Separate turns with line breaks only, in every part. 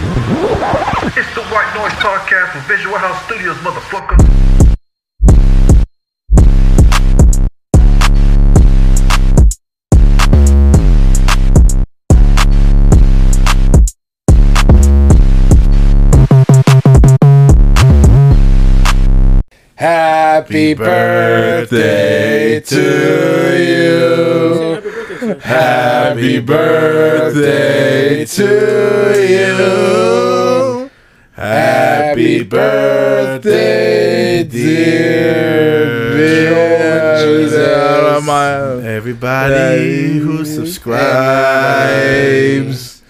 It's the White Noise Podcast from Visual House Studios, motherfucker.
Happy birthday to you. Happy birthday to you. Happy birthday, dear
Jesus.
Jesus.
Everybody who subscribes,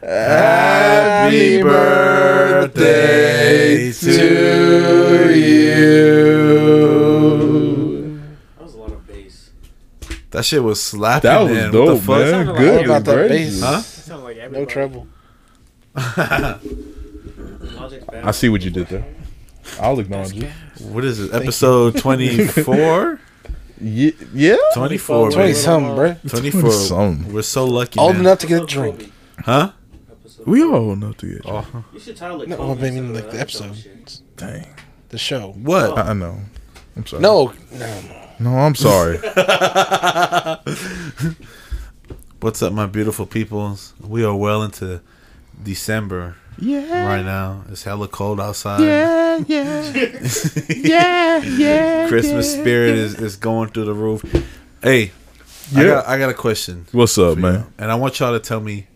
Happy birthday to you.
That was a lot of bass.
that shit was slapping.
That was
man. What
dope,
the
man.
Sounded like
Good.
it was
and
about
great.
Huh?
That sounded like everybody.
No trouble.
fuck?
Logic's bad.
I see what you did there. I'll acknowledge you.
what is it? Episode 24?
Ye- Yeah.
24,
20
man.
something, bro.
24.
Some.
We're so lucky,
Old
man.
enough to get a drink.
Huh?
Episode.
We all old enough to get. Oh,
You should title it.
No,
Cold
I mean,
instead of
like the episode.
shit.
dang.
The show. Uh,
What?
I I know. I'm sorry.
No, no.
No, I'm sorry.
What's up, my beautiful peoples? We are well into December
yeah.
right now. It's hella cold outside.
Yeah. Yeah. yeah. Yeah.
Christmas spirit is, is going through the roof. Hey, I,
Yeah.
got, I got a question.
What's up,
for
man?
y'all. And I want y'all to tell me.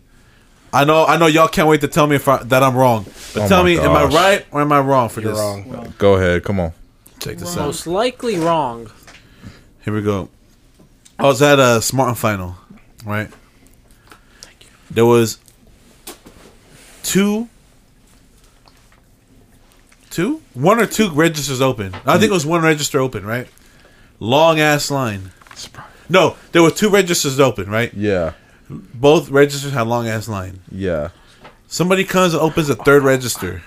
I know, I know, y'all can't wait to tell me if I, that I'm wrong. But
Oh
tell
my
me, am I
gosh.
right or am I wrong for
You're
this?
wrong.
Go ahead. Come on.
Check this out.
Most likely wrong.
Here we go. I was at a Smart and Final, right? There was two, two, one or two registers open. I think it was one register open, right? Long ass line. No, there were two registers open, right?
Yeah.
Both registers had long ass line.
Yeah.
Somebody comes and opens a third register.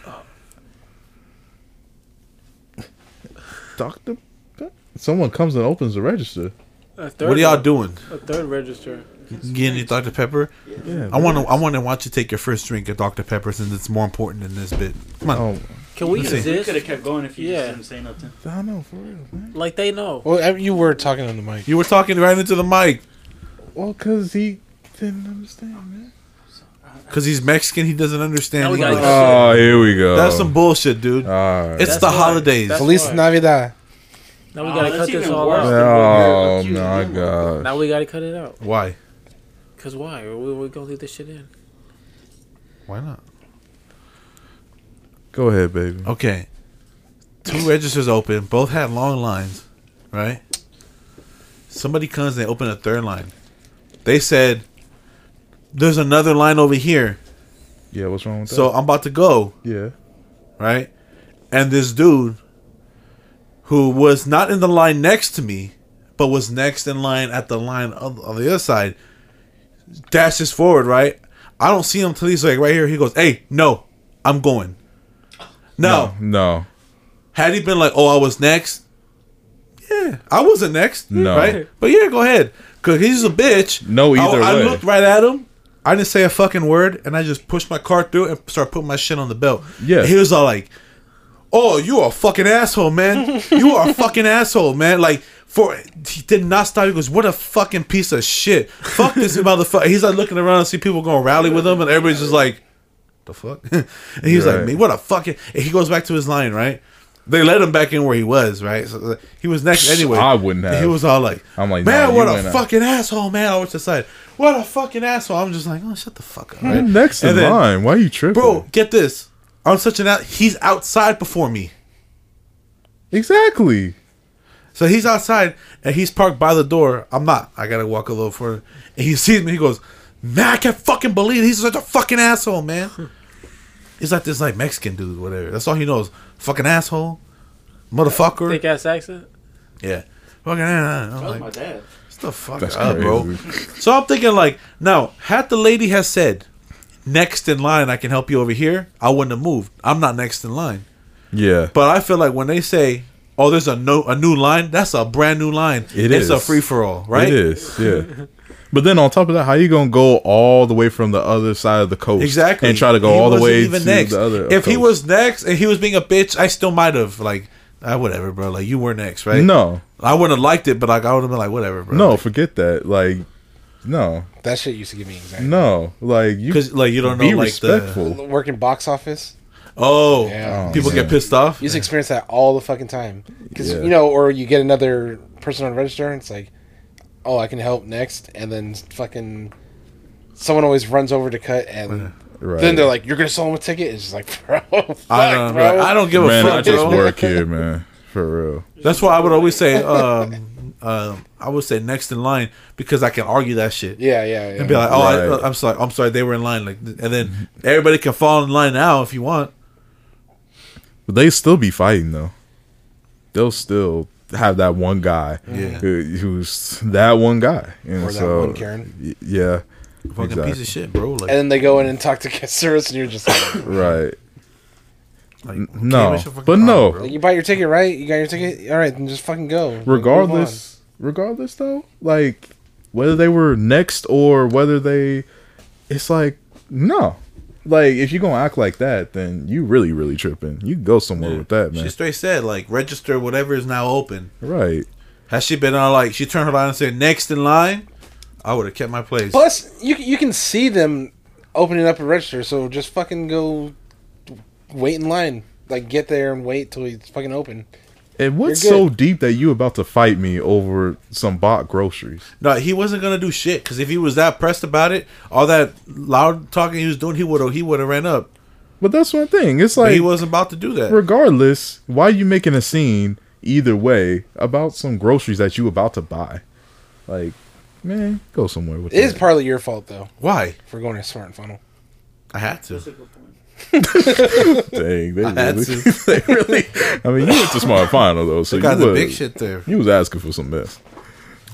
Doctor. Someone comes and opens the register.
A third
What are y'all
one-
doing?
A third register.
Getting your Dr Pepper?
Yeah.
I want to. I want to watch you take your first drink of Dr Pepper since it's more important than this bit. Come on.
Oh,
Can we
see.
use
You could
this?
have kept going if you
Yeah.
just didn't say nothing.
I know for real, man.
Like they know.
Well, I- you were talking on the mic.
You were talking right into the mic
Well, cause he didn't understand, man.
because he's Mexican. He doesn't understand.
Now we gotta
English.
go.
Oh, here we go.
That's some bullshit, dude.
All right.
it's
That's
the
why.
holidays.
That's-
Feliz
why.
Navidad.
Now we
Oh,
gotta
that's
cut this
even
all
worse.
out.
oh my god.
Now we gotta cut it out.
Why?
Cause why? Are we, we gonna leave this shit in?
Why not?
Go ahead, baby.
Okay. Two registers open. Both had long lines, right? Somebody comes and they open a third line. They said, "There's another line over here,
Yeah, what's wrong with that?
so I'm about to go."
yeah,
right? And this dude who was not in the line next to me, but was next in line at the line of, on the other side, dashes forward, right? I don't see him until he's like right here. He goes, Hey, no, I'm going. Now,
no,
had he been like, Oh, I was next, yeah, I wasn't next,
No.
right? But yeah, go ahead. Because he's a bitch.
No,
I-
either
I,
way.
looked right at him. I didn't say a fucking word, and I just pushed my car through and started putting my shit on the belt.
Yeah.
And he was all like, "Oh, you are a fucking asshole, man. you are a fucking asshole, man." Like for he did not stop. He goes, "What a fucking piece of shit. Fuck this motherfucker." He's like looking around and see people going rally with him, and everybody's just like, "The fuck?" and he's like,
Right.
"Me, what a fucking." And he goes back to his line, right? They let him back in where he was, right? So like, he was next anyway.
I wouldn't have.
He was all like,
I'm like,
man,
nah,
what
you
a
ain't a-
fucking asshole, man." I was just like, "What a fucking asshole." I'm just like, "Oh, shut the fuck up." Right?
You're next in
And then-
line. Why are you tripping,
Bro, get this. I'm such an out. He's outside before me.
Exactly.
So he's outside and he's parked by the door. I'm not. I gotta walk a little further. And he sees me. He goes, "Man, I can't fucking believe it. he's such a fucking asshole, man." He's like this like Mexican dude, whatever. That's all he knows. Fucking asshole,
Thick
Hmm.
motherfucker.
ass accent.
Yeah, fucking. ass.
That
I'm
was my
like,
dad.
"Shut the fuck
That's
up,
crazy.
bro." So I'm thinking like, now had the lady has said, "Next in line, I can help you over here," I wouldn't have moved. I'm not next in line.
Yeah,
But I feel like when they say, "Oh, there's a no a new line," that's a brand new line.
It
it's a
is.
free for all, right?
It is. Yeah, But then on top of that, how you gonna go all the way from the other side of the coast
Exactly.
and try to go
He
all the
wasn't
way
even
to
next.
the other?
If he
coast.
was next and he was being a bitch, I still might have like, ah, whatever, bro. Like you were next, right?
no,
I wouldn't have liked it, but like I would have been like, whatever, bro.
no, forget that. Like, no,
That shit used to give me anxiety.
no, like you
because like you don't know,
be
like the
respectful.
Working box office,
oh,
Yeah.
people
Oh,
get
man.
pissed off.
you used to experience that all the fucking time. Because
Yeah.
you know, or you get another person on register, and it's like, oh, I can help next, and then fucking someone always runs over to cut, and
Right.
then they're like, you're gonna sell them a ticket. It's just like, bro, fuck,
I don't,
bro.
I don't give a
man,
fuck,
I just
bro.
work here, man, for real.
That's why I would always say, um, um, I would say next in line because I can argue that shit.
Yeah, yeah, yeah.
And be like, oh,
Right.
I, I'm sorry, I'm sorry, they were in line. Like, and then everybody can fall in line now if you want.
But they still be fighting though. They'll still have that one guy
Yeah.
who, who's that one guy. And
or that
so,
one Karen.
y- yeah,
Fucking piece
Exactly.
of shit, bro. Like,
And then they go in and talk to guest service, and you're just like,
right.
like,
n-
okay,
no,
what's your fucking
but no.
problem,
you bought your ticket, right? You got your ticket. All right, then just fucking go. Move on.
Regardless, regardless though, like whether they were next or whether they, it's like no, like if you gonna act like that, then you really, really tripping. You can go somewhere with that,
bro.
man.
She straight said, like, register whatever is now open.
right.
Has she been on like she turned her line and said next in line? I would have kept my place.
Plus, you you can see them opening up a register, so just fucking go wait in line. Like get there and wait till it's fucking open.
It went
You're
so
good.
deep that you about to fight me over some bought groceries.
No, he wasn't gonna do shit because if he was that pressed about it, all that loud talking he was doing, he would have he would have ran up.
But that's one thing. It's
But
like
he wasn't about to do that.
regardless, why you making a scene either way about some groceries that you about to buy? Like, man, go somewhere with
It is
that.
partly your fault though
Why?
for going to Smart and Funnel.
I had to.
Dang, they
had
really,
to.
they really. I mean, you went to smart final though, so
They
you
got the
was,
big shit there.
you was asking for some mess.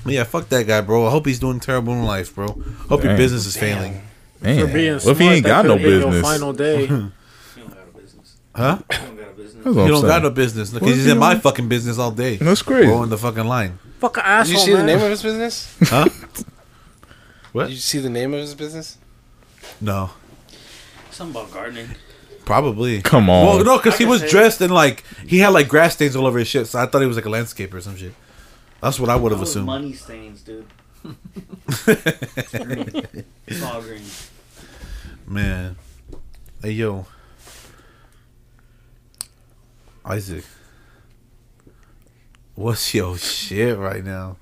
But yeah, fuck that guy, bro. I hope he's doing terrible in life, bro. Hope your
Damn.
business is failing.
Man,
For being
what
smart,
if he ain't
that
got no
could've been Your
business?
final day.
You don't got a business.
Huh?
You don't got a
That's
business.
what
He
I'm
don't got
saying.
no business because
What if
he's
he
in my
don't-
fucking business all day.
That's crazy.
Rolling the fucking line.
Fucking
Did
asshole,
you see the
man.
name of his business?
Huh?
Did you see the name of his business?
no.
Something about gardening.
Probably.
Come on.
Well, no, because
I
he
can
was
say-
dressed in like he had like grass stains all over his shit, so I thought he was like a landscaper or some shit. That's what I would
That
have
was
assumed.
money stains, dude. It's all green.
Man, hey yo, Isaac, what's your shit right now?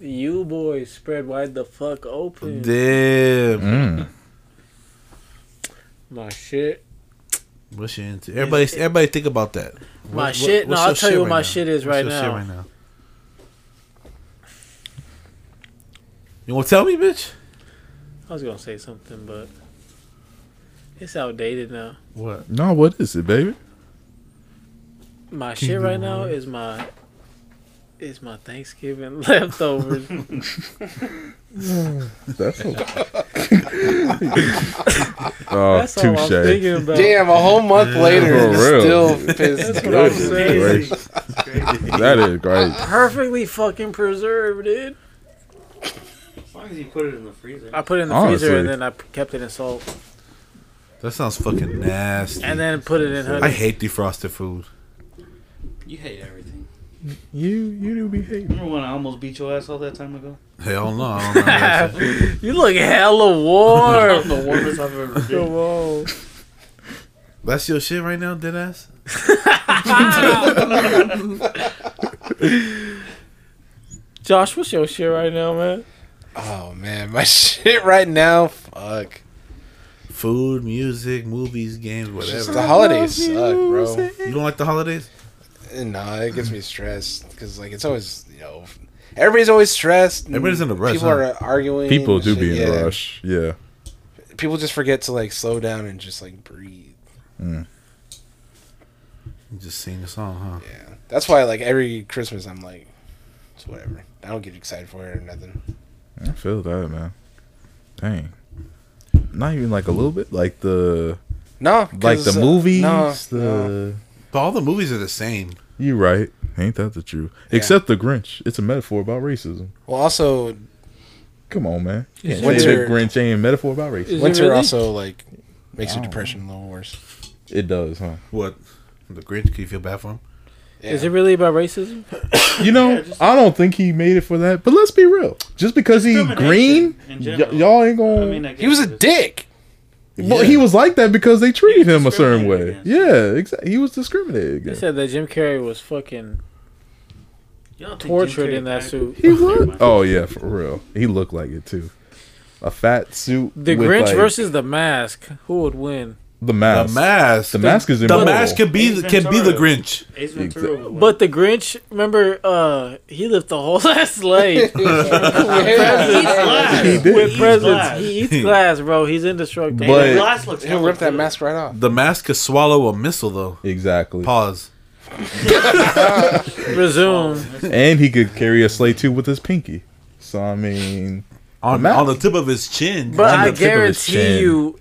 You boys spread wide the fuck open.
Damn,
Mm.
My shit.
what's your into? Everybody, everybody, think about that. What-
My
what-
shit? No,
what's
I'll
your
tell you what
right
my
now?
shit is
What's
right
your shit
now.
now. You want to tell me, bitch?
I was gonna say something, but it's outdated now.
What?
No, what is it, baby?
My shit right now is my is my Thanksgiving leftovers.
That's a-
Oh,
oh,
That's all I'm
touche.
thinking about.
Damn, a whole month later,
For
it's
real.
still pissed.
That's what I'm
Goodness
saying.
gracious. That is great.
Perfectly fucking preserved, dude.
As long as you put it in the freezer.
I put it in the freezer and
Honestly.
then I p- kept it in salt
That sounds fucking nasty.
and then put it in
I
honey.
hate defrosted food.
You hate everything.
You you do be hating.
Remember when I almost beat your ass all that time ago?
Hell no, I don't remember that shit.
you look hella
I'm
warm.
the warmest I've ever been.
Whoa.
That's your shit right now, deadass?
Josh, what's your shit right now, man?
Oh man, my shit right now, fuck.
Food, music, movies, games,
Just
whatever.
the holidays suck, bro.
You don't like the holidays?
No, it gets me stressed because like it's always you know everybody's always stressed. and
Everybody's in a rush,
People
huh?
are arguing.
People
and
do
shit,
be in
yeah.
a rush. Yeah.
People just forget to like slow down and just like breathe.
You just sing a song,
Yeah, that's why like every Christmas I'm like, it's whatever. I don't get excited for it or nothing.
I feel that, man. Dang. Not even like a little bit, like the
No, 'cause,
like the
uh,
movies.
no,
the
no.
huh? But all the movies are the same.
you right, ain't that the truth? Except the Grinch. It's a metaphor about racism.
Well, also
Come on, man.
Is
Yeah,
it
What's
really-
your Grinch ain't metaphor about race?
Is it
Winter
really?
also like makes your depression a little worse.
It does, huh?
What? The Grinch? Can you feel bad for him?
Is it really about racism?
You know, I don't think he made it for that. But let's be real. Just because he
Discrimination
green,
in
y-
general.
y'all ain't gonna.
I mean, I guess
He was a
it is.
dick.
well, he was like that because they treated
He was
him a certain way.
discriminated
Yeah, exactly. He was discriminated
They
against.
said that Jim Carrey was fucking
Y'all think Jim
tortured
Carrey
in that
died?
suit.
He was.
mind.
Oh yeah, for real. He looked like it too. A fat suit.
The
with,
Grinch
like,
versus the Mask. Who would win?
the mask.
The mask.
The mask is
The
immortal.
mask can be can be the Grinch.
Ace Ventura. was-
But the Grinch, remember, uh, he lived the whole last life
Glass.
He did.
with
Eats glass.
presents. He eats glass, bro. He's indestructible.
Hey, that
But-
glass looks
He'll rip that
hella
mask right off.
The mask could swallow a missile though.
Exactly.
Pause.
Resume.
And he could carry a sleigh too with his pinky. So I mean,
On,
mask.
on the tip of his chin.
But
On
I
the tip of his
guarantee
chin.
you,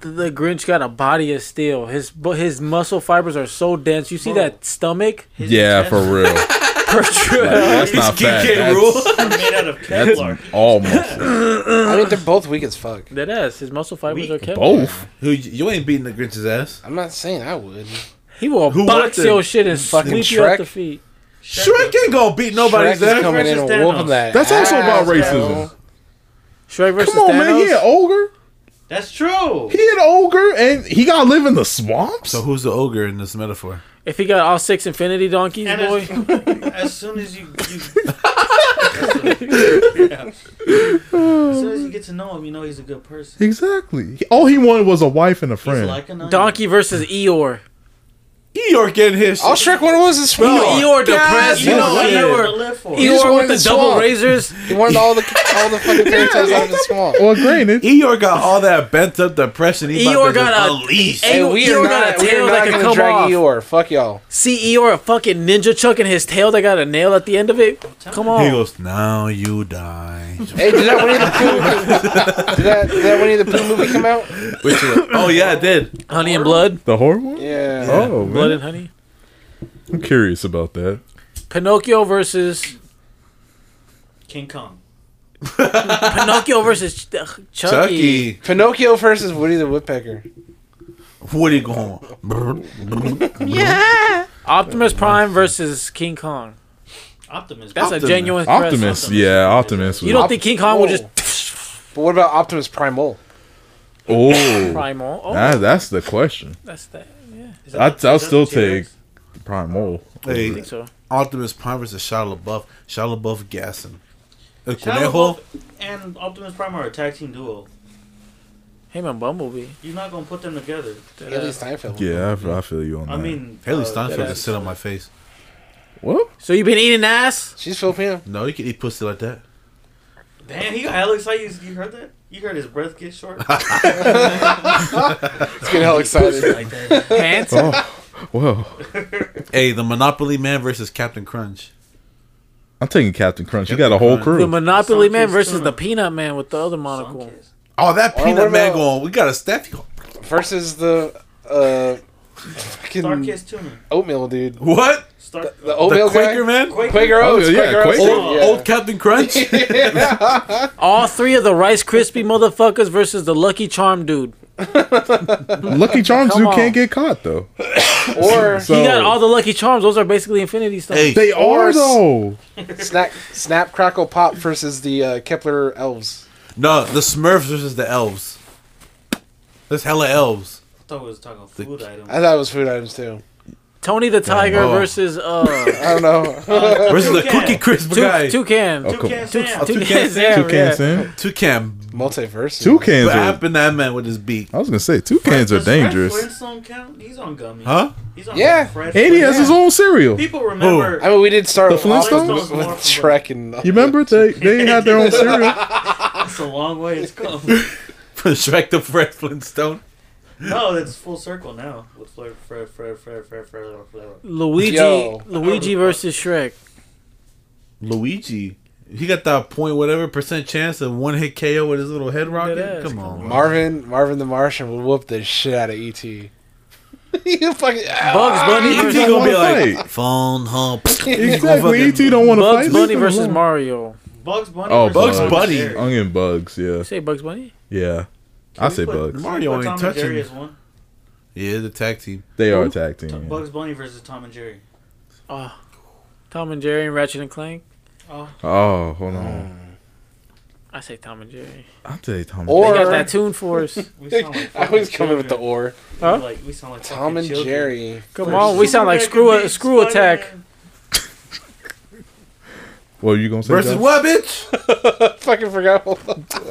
th- the Grinch got a body of steel. His bu- his muscle fibers are so dense. You see
Bro.
that stomach?
His
yeah,
chest
for real. Like, that's not
Skin
fat.
can't
That's,
rule.
is made out of
that's
Kevlar.
all muscle.
I mean, they're both weak as fuck.
That ass. His muscle fibers
Weak.
are kept.
Both.
Who you ain't beating the Grinch's ass?
I'm not saying I would.
He will
Who what
box
the-
your shit and sweep you
Shrek?
off the feet.
Shrek ain't gonna beat nobody's
Shrek is
ass.
coming in
versus
and whooping
Thanos.
that.
That's also about
ass, bro.
racism.
Shrek versus
Come on,
Thanos.
man. He an ogre.
That's true.
He an ogre, and he got to live in the swamps.
So who's the ogre in this metaphor?
If he got all six Infinity Donkeys,
And
boy.
as, as soon as you, you Yeah. as soon as you get to know him, you know he's a good person.
exactly. He- All he wanted was a wife and a
He's
friend.
like an onion.
Donkey versus Eeyore.
Eeyore getting his.
All Oh, Shrek wanted was his smell.
Eeyore, depressed.
You know what
Eeyore.
you
Yeah.
were to live for.
He just
Eeyore
wanted
with the
to
double
swamp.
razors.
He wanted all the all the fucking fairy tales out of the swamp.
well, granted,
Eeyore got all that bent up depression. He
Eeyore
Eeyore got
got
a
a-
leash.
Hey, Eeyore got a tail that can
gonna
come
drag
off.
Eeyore. Fuck y'all.
See Eeyore, a fucking ninja chucking his tail that got a nail at the end of it. Come
He
on.
goes, now you die.
Hey, did that Winnie the Pooh? Did that, did that Winnie the Pooh movie come out?
Which one? Oh yeah, it did.
Honey and blood.
the horrible.
Yeah.
Oh
Blood
man,
and honey.
I'm curious about that.
Pinocchio versus
King Kong.
Pinocchio versus Ch- Ugh, Chucky.
Chucky,
Pinocchio versus Woody the Woodpecker.
Woody going. brr,
Optimus Prime versus King Kong.
Optimus.
That's
Optimus.
a genuine threat.
Optimus,
Optimus.
yeah, Optimus. Was,
You don't
Op-
think King Kong will
Whoa.
just
But what about Optimus Primal?
oh,
primal? Oh,
that, that's the question.
that's that.
Is
I'd-
the-
I'll
is that
still
the T-Rex?
Primal.
I
Hey,
think so.
Optimus Prime versus Shia LaBeouf. Shia LaBeouf gassing. Uh, El
Shia
Conejo.
LaBeouf and Optimus Prime are a tag team duo.
Him and Bumblebee.
You're not gonna put them together.
Haley Steinfeld.
Yeah, I, f- I feel you on
I
that.
mean,
Haley
uh,
Steinfeld
that's-
can sit on my face.
what?
So you been eating ass?
She's Filipino.
No, you can eat pussy like that.
Damn, he got Alex. You, you heard that? You heard his breath get short.
Let's get hell excited.
like that.
Pants?
Whoa.
Hey, the Monopoly Man versus Captain Crunch.
I'm taking Captain Crunch. You got a whole
The
crew.
Monopoly
Some
Man
kids
versus
too.
the Peanut Man with the other
Some
monocle.
kids.
Oh, that
Or
peanut
what
man
about-
going. We got a staff.
Versus the uh,
Star
fucking
Kids Tuner.
oatmeal dude.
What?
Star.
The
The
oatmeal
Quaker
guy.
man?
Quaker.
Quaker
Oh,
Oats.
yeah,
Quaker Oats.
Quaker. Oh,
Old, old Captain Crunch?
All three of the Rice Krispie motherfuckers versus the Lucky Charm dude.
Lucky Charms,
Come
you
on.
can't get caught though.
Or
So
He got all the Lucky Charms. Those are basically Infinity Stones.
hey,
they are
Oars.
though.
Snap, Snap, Crackle, Pop versus the uh, Kepler elves.
no, the Smurfs versus the elves. There's hella elves.
I thought we was talking food items.
I thought it was food items too.
Tony the Tiger
Oh.
versus uh,
I don't know.
Versus the
Toucan.
Cookie Crisp guy.
Toucan. Toucan.
Oh,
Two
come
cans
on.
down.
Toucan.
Toucan
Sam,
Two cans
yeah.
in.
Toucan
Multiverse.
Two cans. Are,
bapping that man with his beak.
I was gonna say two cans are
Does Fred
dangerous.
Flintstone count? He's on gummy.
Huh?
He's on
Yeah.
Fred
And he has
Flintstone.
his own cereal. You
People remember.
I mean, we did start
The
with Flintstones
Flintstones?
with Shrek and.
remember they they had their own cereal.
It's a long way it's come.
From Shrek to Fred Flintstone.
no, it's full circle now. With Fred, Fred, Fred, Fred, Fred, Fred, Fred, Fred.
Luigi.
Yo.
Luigi versus Shrek.
Luigi. He got that point whatever percent chance of one hit KO with his little head rocket.
is,
Come
come
on. man.
Marvin, Marvin the Martian would whoop the shit out of ET. you fucking
Bugs Bunny.
ET
versus,
E gonna be
wanna
like phone hump.
Exactly.
fucking-
ET don't want to fight.
Bugs
Leave
Bunny
him
versus
alone.
Mario.
Bugs Bunny.
Oh,
versus
Bugs
Bugs
Bunny.
Jerry.
I'm getting bugs. Yeah,
You say Bugs Bunny?
yeah.
Can
I
we
say
put-
bugs.
can we
Mario
put
ain't
Tom and
touching
Jerry
it.
as one?
Yeah, the tag team.
They are tag team.
T-
yeah.
Bugs Bunny versus Tom and Jerry.
Oh, Tom and Jerry and Ratchet and Clank.
Oh, hold
Mm.
on.
I say Tom and Jerry.
I'll tell you, Tom.
They
Or-
got that tune for us.
We
I
sound like
always
fucking
come in with the
children.
or.
Huh?
Like we sound like
Tom
fucking
and
children.
Jerry.
Come on, we sound like screw screw attack.
what are you gonna say?
Versus
Josh?
what, bitch?
Fucking forgot.
I don't,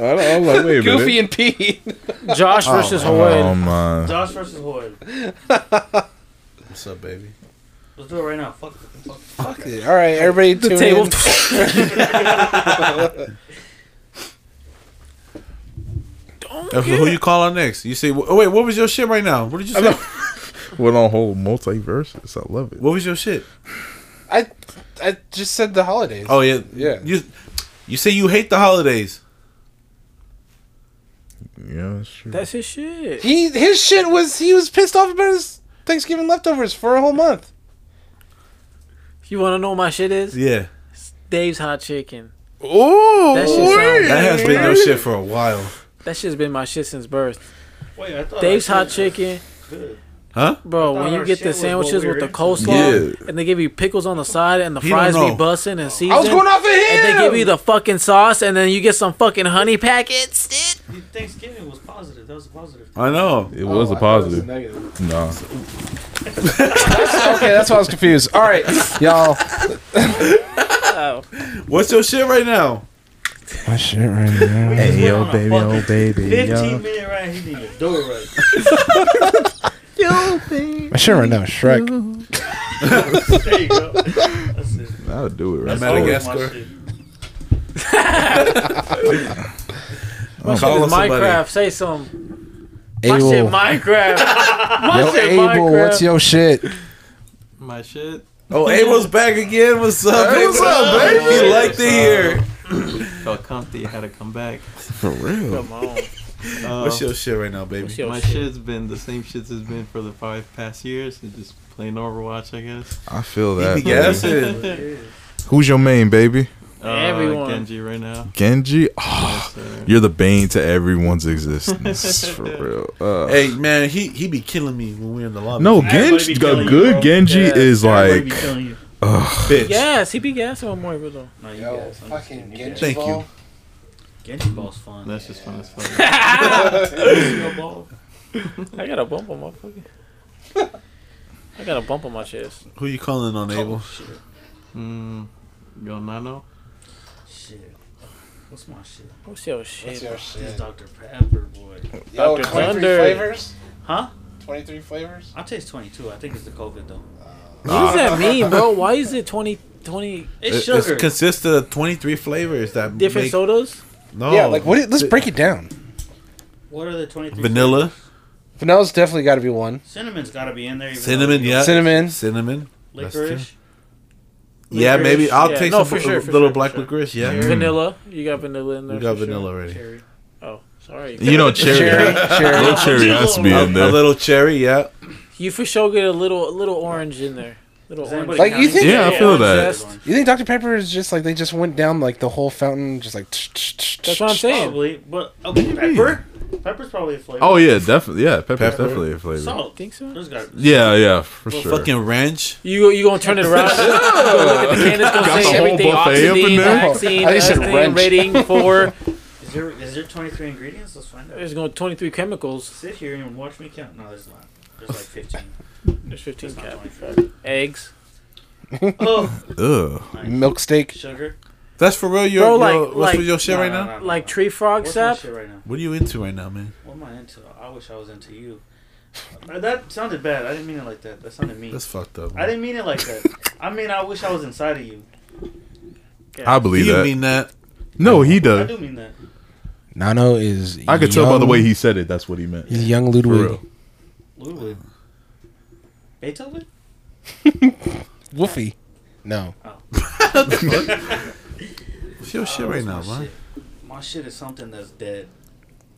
I'm like, wait a minute.
Goofy and Pete.
Josh versus
Oh
Hawaii.
my.
Josh versus Hoyd.
What's up, baby?
Let's do it right now. Fuck. fuck.
Fuck it. All right, everybody
The
tune
table.
in.
Uh, Who you calling next? You say, oh, wait, what was your shit right now? What did you say?
Went on whole multiverses. I love it.
What was your shit?
I, I just said the holidays.
Oh yeah,
Yeah.
You, you say you hate the holidays.
Yeah, that's true.
That's his shit.
He his shit was he was pissed off about his Thanksgiving leftovers for a whole month.
You want to know what my shit is?
Yeah,
Dave's hot chicken.
Ooh,
That shit sounds-
that has been your shit for a while.
That shit's been my shit since birth.
Wait, I thought
Dave's
I
hot
said-
chicken,
Good.
bro.
thought
When you
our
get
shit
the
was what
sandwiches
we were
with the
into.
coleslaw, and they give you pickles on the side, and the
He don't
fries be
know.
bussin' and seasoned.
I was going off of
and
him.
they give you the fucking sauce, and then you get some fucking honey packets. Dude.
Thanksgiving was positive. That was positive.
I know.
It was
oh,
a positive. Nah.
okay, that's why I was confused. All right, y'all.
Oh.
What's your shit right now?
My shit right now.
just
Hey,
went
yo,
on a
baby,
fucking
oh, baby,
Fifteen
yo.
minute ride. He didn't even do it right.
My shit right now, is Shrek.
There you go. That's it.
I'll do it right
That's
now.
Madagascar.
always my shit.
My
Oh.
shit
Call
is
somebody.
Minecraft. Say some. My shit,
Abel,
Minecraft. My
yo,
shit,
Abel,
Minecraft.
what's your shit?
My shit.
Oh, Abel's back again. What's up? Hey, what's up, baby? He liked to hear.
Felt comfy. Had to come back.
For real.
Come on.
Uh,
What's your shit right now,
What's
baby?
your
my
shit?
shit's been the same shit has been for the five past years. It's just playing Overwatch, I guess.
I feel
He be
that.
gassing.
Who's your main, baby?
Uh,
Everyone.
Genji right now.
Genji? Oh,
Yes, sir.
you're the bane to everyone's existence. For real. Uh,
Hey man, he he be killing me when we're in the lobby.
No,
Everybody
Genji.
be
A
killing you,
good
bro.
Genji
Yeah,
is
Everybody be
like.
killing you.
bitch.
Yes, he be gassing on Moira though.
No, you
Yo,
guys, I'm just
fucking
kidding. You guys.
Thank you.
Genji ball's fun.
That's just fun as fuck.
Genji ball.
I got a bump on my fucking. I got a bump on my chest.
Who you calling on, Abel?
Shit.
mm, Yo Nano.
Shit. What's my shit?
What's your shit?
This is Dr. Pepper, boy.
Yo,
Dr.
23
Thunder.
flavors?
Huh?
23 flavors?
I taste 22. I think it's the COVID, though.
what does that mean, bro? Why is it 20, 20
It's
It-
sugar.
It consists of twenty three flavors that
different
make,
sodas?
No,
Yeah, like, what? let's break it down.
what are the 23?
vanilla,
Vanilla's definitely got to be one.
Cinnamon's got to be in there. even though
Cinnamon,
you
yeah.
Cinnamon.
cinnamon. That's true.
Licorice.
Yeah,
Licorice,
maybe I'll
yeah.
take
No,
some
for sure, for
little
sure,
black
for sure.
licorice. Yeah,
Vanilla. You got vanilla in there.
we got
for
vanilla
Sure.
already.
Cherry.
Oh, sorry.
You know, cherry.
Cherry. cherry.
Little cherry has to be
A,
in
a
there.
little cherry, yeah.
You for sure get a little, a little orange in there. Little
Does
orange.
anybody
Like,
count
you think-
Yeah, I
anything?
feel
Orange
that.
zest.
You think Dr. Pepper is just like they just went down like the whole fountain, just like. tsh, tsh, tsh,
That's
tsh,
what I'm
tsh.
saying.
Probably, but oh, pepper. Pepper's probably a flavor.
Oh, yeah, definitely. Yeah, pepper's
Pepper.
definitely a flavor.
salt.
Think so?
There's got
Yeah, yeah, for sure.
Fucking ranch.
You you gonna turn it around? you gonna look at the can. It's gonna
Got
say
the whole
everything:
buffet up in
oxidine,
there.
vaccine,
I said
vaccine,
wrench.
rating for.
is there is there 23 ingredients? Let's find out.
There's gonna twenty three chemicals.
Sit here and watch me count. No, there's not. There's like 15.
There's fifteen
There's not
cap.
25.
Eggs.
Oh,
Ugh.
Milk steak.
sugar.
That's for real. Your,
Bro,
your-
like-
what's
like-
with your shit
No,
right
no,
now?
no, no, no.
like tree frog
What's my
sap.
shit right now?
What are you into right now, man?
What am I into? I wish I was into you. Uh, That sounded bad. I didn't mean it like that. That sounded mean.
That's fucked up.
I
Man.
didn't mean it like that. I mean, I wish I was inside of you.
I
Do
believe
you
that.
mean that?
no, he
I
does.
do mean that.
Nano is.
I could tell by the
young-
way he said it. That's what he meant.
He's young
For
Ludwig.
real.
Ludwig. Beethoven?
Woofy. No.
What's your shit
Uh,
right
what's
now,
my
man?
shit? My shit is something that's dead.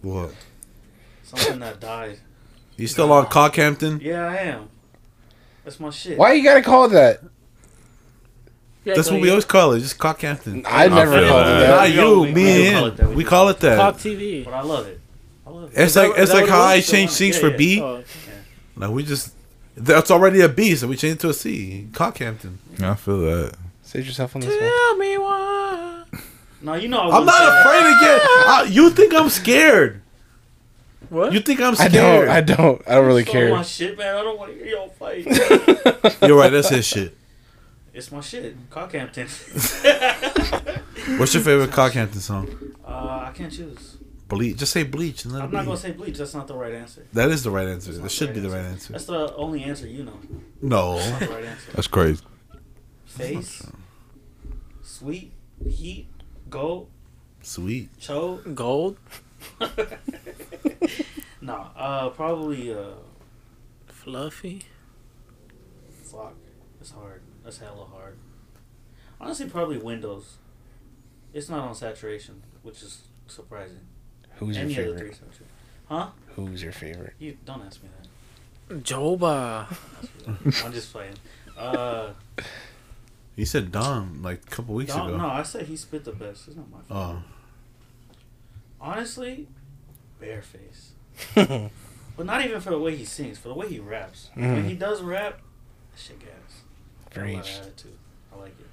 What?
Something that died.
You still on Cockhampton?
Yeah, I am. That's my shit.
Why you gotta call it that?
Yeah,
That's
so
what we
you-
always call it. Just cock Captain.
I never
feel
called it
that.
that.
Not you,
we- we
me
do call
and
it that.
him.
We
We
do.
call it
Talk
that.
TV.
But I love it. I love it.
It's
that
like
what-
it's
is that
like
what it
how I
was?
change
Yeah,
things for
yeah.
B.
Uh,
Oh,
No, we just that's already a B, so we changed it to a C. Cockhampton.
I feel that.
Save yourself on this one.
tell me why.
No, you know I
I'm
wouldn't say
not
that.
afraid again. I, you think I'm scared?
What?
You think I'm
I don't.
scared?
I don't. I don't really
It's all
care.
my shit, man. I don't want to hear y'all fight.
You're right. That's his shit.
it's my shit. Cockhampton.
What's your favorite Cockhampton song?
uh, I can't choose.
Bleach. Just say bleach and let it
I'm not
be.
gonna say bleach. That's not the right answer.
That is the right answer.
That's
That should
not
be the right answer. Oh.
That's the only answer you know.
No.
That's not the right answer.
That's crazy.
Face, sweet, heat, gold,
Sweet.
cho.
Gold?
Nah, uh, probably uh,
Fluffy?
fuck. It's hard. That's hella hard. Honestly, probably Windows. It's not on saturation, which is surprising.
Who's your
Any of the three
favorite?
saturation.
Who's your favorite?
You don't ask me that.
Joba.
I'm just playing. Uh,
He said Dom like a couple weeks
Don,
ago.
no, I said he spit the best. It's not my fault.
Oh,
Honestly, Bareface. but not even for the way he sings, for the way he raps. When
Mm.
Mhm.
he does rap, that shit gas. Got a lot of
Preach.
attitude. I like it.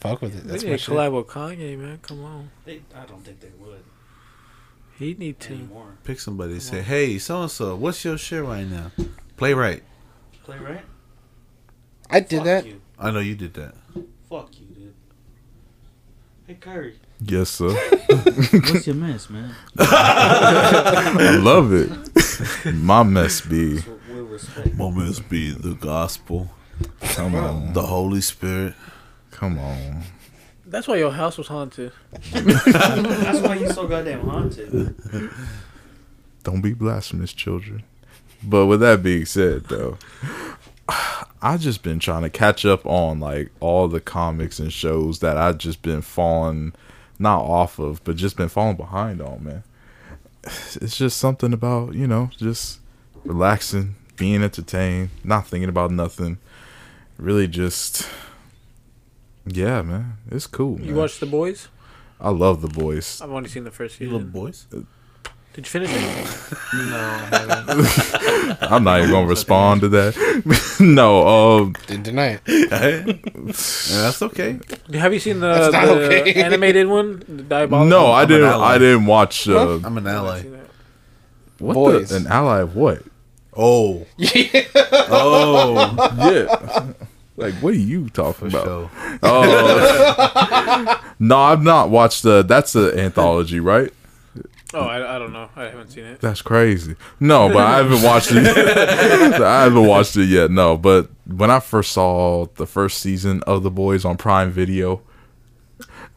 Fuck with it.
They need
That's
to
my shit.
collab with Kanye, man. Come on.
They, I don't think they would
He need to.
anymore.
pick somebody. Say, hey, so and so, what's your shit right now? Playwright.
Play right?
I did
Fuck
that.
you.
I know you did that.
Fuck you, dude. Hey, Curry.
Yes, sir.
What's your mess, man?
I love it. My mess be.
With, with respect.
Moments be the gospel,
Come on.
the Holy Spirit.
Come on.
That's why your house was haunted.
That's why you so goddamn haunted.
Don't be blasphemous, children. But with that being said, though, I've just been trying to catch up on like all the comics and shows that I've just been falling, not off of, but just been falling behind on, man. It's just something about, you know, just relaxing, being entertained, not thinking about nothing. Really just, yeah, man. It's cool.
You
Man.
watched The Boys?
I love The Boys.
I've only seen the first
You little
season.
boys.
Did you finish it?
No, I haven't.
I'm not even going to respond to that. no, um,
Didn't deny it.
Yeah, that's okay.
Have you seen the,
That's not
the
okay.
animated one? The Diabolical?
No, I
I'm an
didn't.
ally.
I didn't watch. Uh,
I'm an
I haven't
ally.
seen that.
what
Boys.
The, an ally of what?
Oh. Oh.
Yeah. like, what are you talking
For
about? Oh.
sure.
No, I've not watched the. That's an anthology, right?
Oh, I, I don't know. I haven't seen it.
That's crazy. No, but I haven't watched it. I haven't watched it yet. No, but when I first saw the first season of The Boys on Prime Video,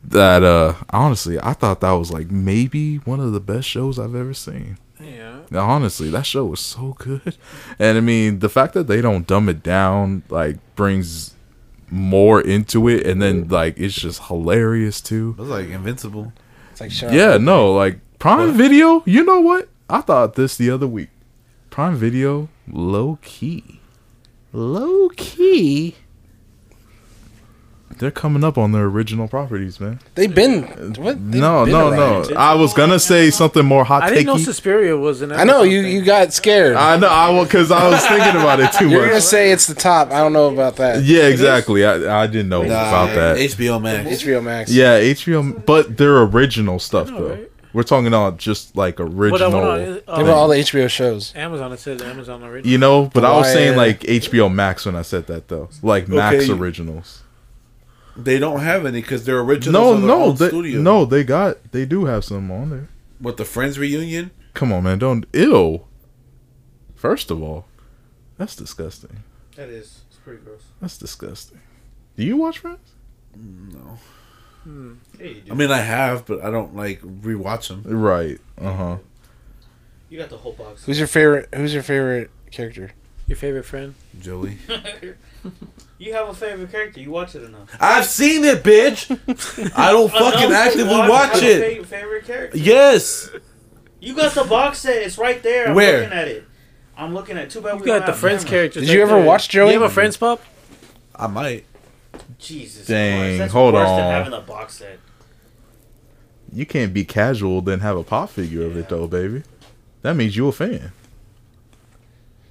that uh honestly, I thought that was like maybe one of the best shows I've ever seen.
Yeah.
Now, honestly, that show was so good. And I mean, the fact that they don't dumb it down like brings more into it and then like it's just hilarious too.
It was like invincible.
It's like shut
Yeah, no, like Prime Video, you know what? I thought this the other week. Prime Video, low key. Low key. They're coming up on their original properties, man.
They've been. What? They've
no,
been
no,
around.
no. I was gonna say something more hot
I
takey.
didn't know Suspiria was an
I know you. You got scared.
I know I because I was thinking about it too
You're
much.
gonna say it's the top. I don't know about that.
Yeah, exactly. I, I didn't know about that.
HBO Max.
HBO Max.
yeah, HBO, but their original stuff
know,
though.
right?
We're talking about just like
But uh, I
original,
went on
They were
uh,
all the HBO shows.
Amazon. It says Amazon original.
you know. But I was saying
Why-
like HBO Max when I said that though, like Max
Okay.
originals.
They don't have any because they're
No,
original.
no,
the
they, no. They got they do have some on there.
What the Friends reunion?
Come on, man, don't ill. First of all, that's disgusting.
That is. It's pretty gross.
That's disgusting. Do you watch Friends?
No.
Hey, you do.
I mean, I have, but I don't like rewatch them.
Right. Uh huh.
you got the whole box.
Who's your favorite? Who's your favorite character?
Your favorite friend?
Joey,
you have a favorite character. You watch it enough.
I've seen it, bitch. I don't fucking
Enough to
actively watch
have a
it.
fa- favorite character.
Yes.
You got the box set. It's right there. I'm
Where?
looking at it. I'm looking at. Too bad we
You
don't
got the
have
Friends
cameras.
characters.
Did you ever watch
Do
Joey?
You have a Friends pop?
I might.
Jesus
Dang,
Christ, that's
hold
worse
on.
than having the box set.
You can't be casual then have a pop figure of
Yeah.
it though, baby. That means you a fan.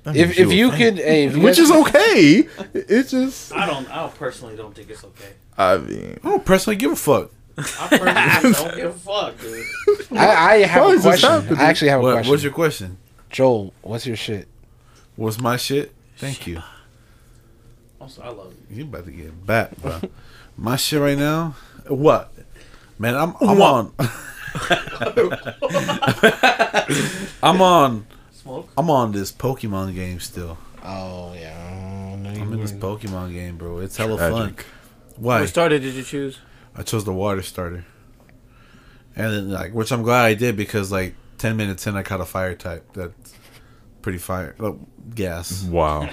That
If
means
if
a
you
fan.
could, hey, if you
which
guys-
is okay. It's just
I don't. I personally don't think it's okay.
I mean,
I don't personally give a fuck.
I personally don't give a fuck, dude.
I, I
Why
have a
is this
question.
happening?
I actually have a
What,
question.
What's your question?
Joel, what's your shit?
What's my shit? Thank you.
I'm so- I love you.
You about to get back, bro. my shit right now. What? Man, I'm I'm on. I'm on.
Smoke.
I'm on this Pokemon game still.
Oh yeah, I don't know you
I'm in this
were-
Pokemon game, bro. It's hella fun.
Tragic.
Why?
Which starter did you choose?
I chose the water starter, and then like, which I'm glad I did because like ten minutes in, I caught a fire type. That's pretty fire. Oh, gas.
wow.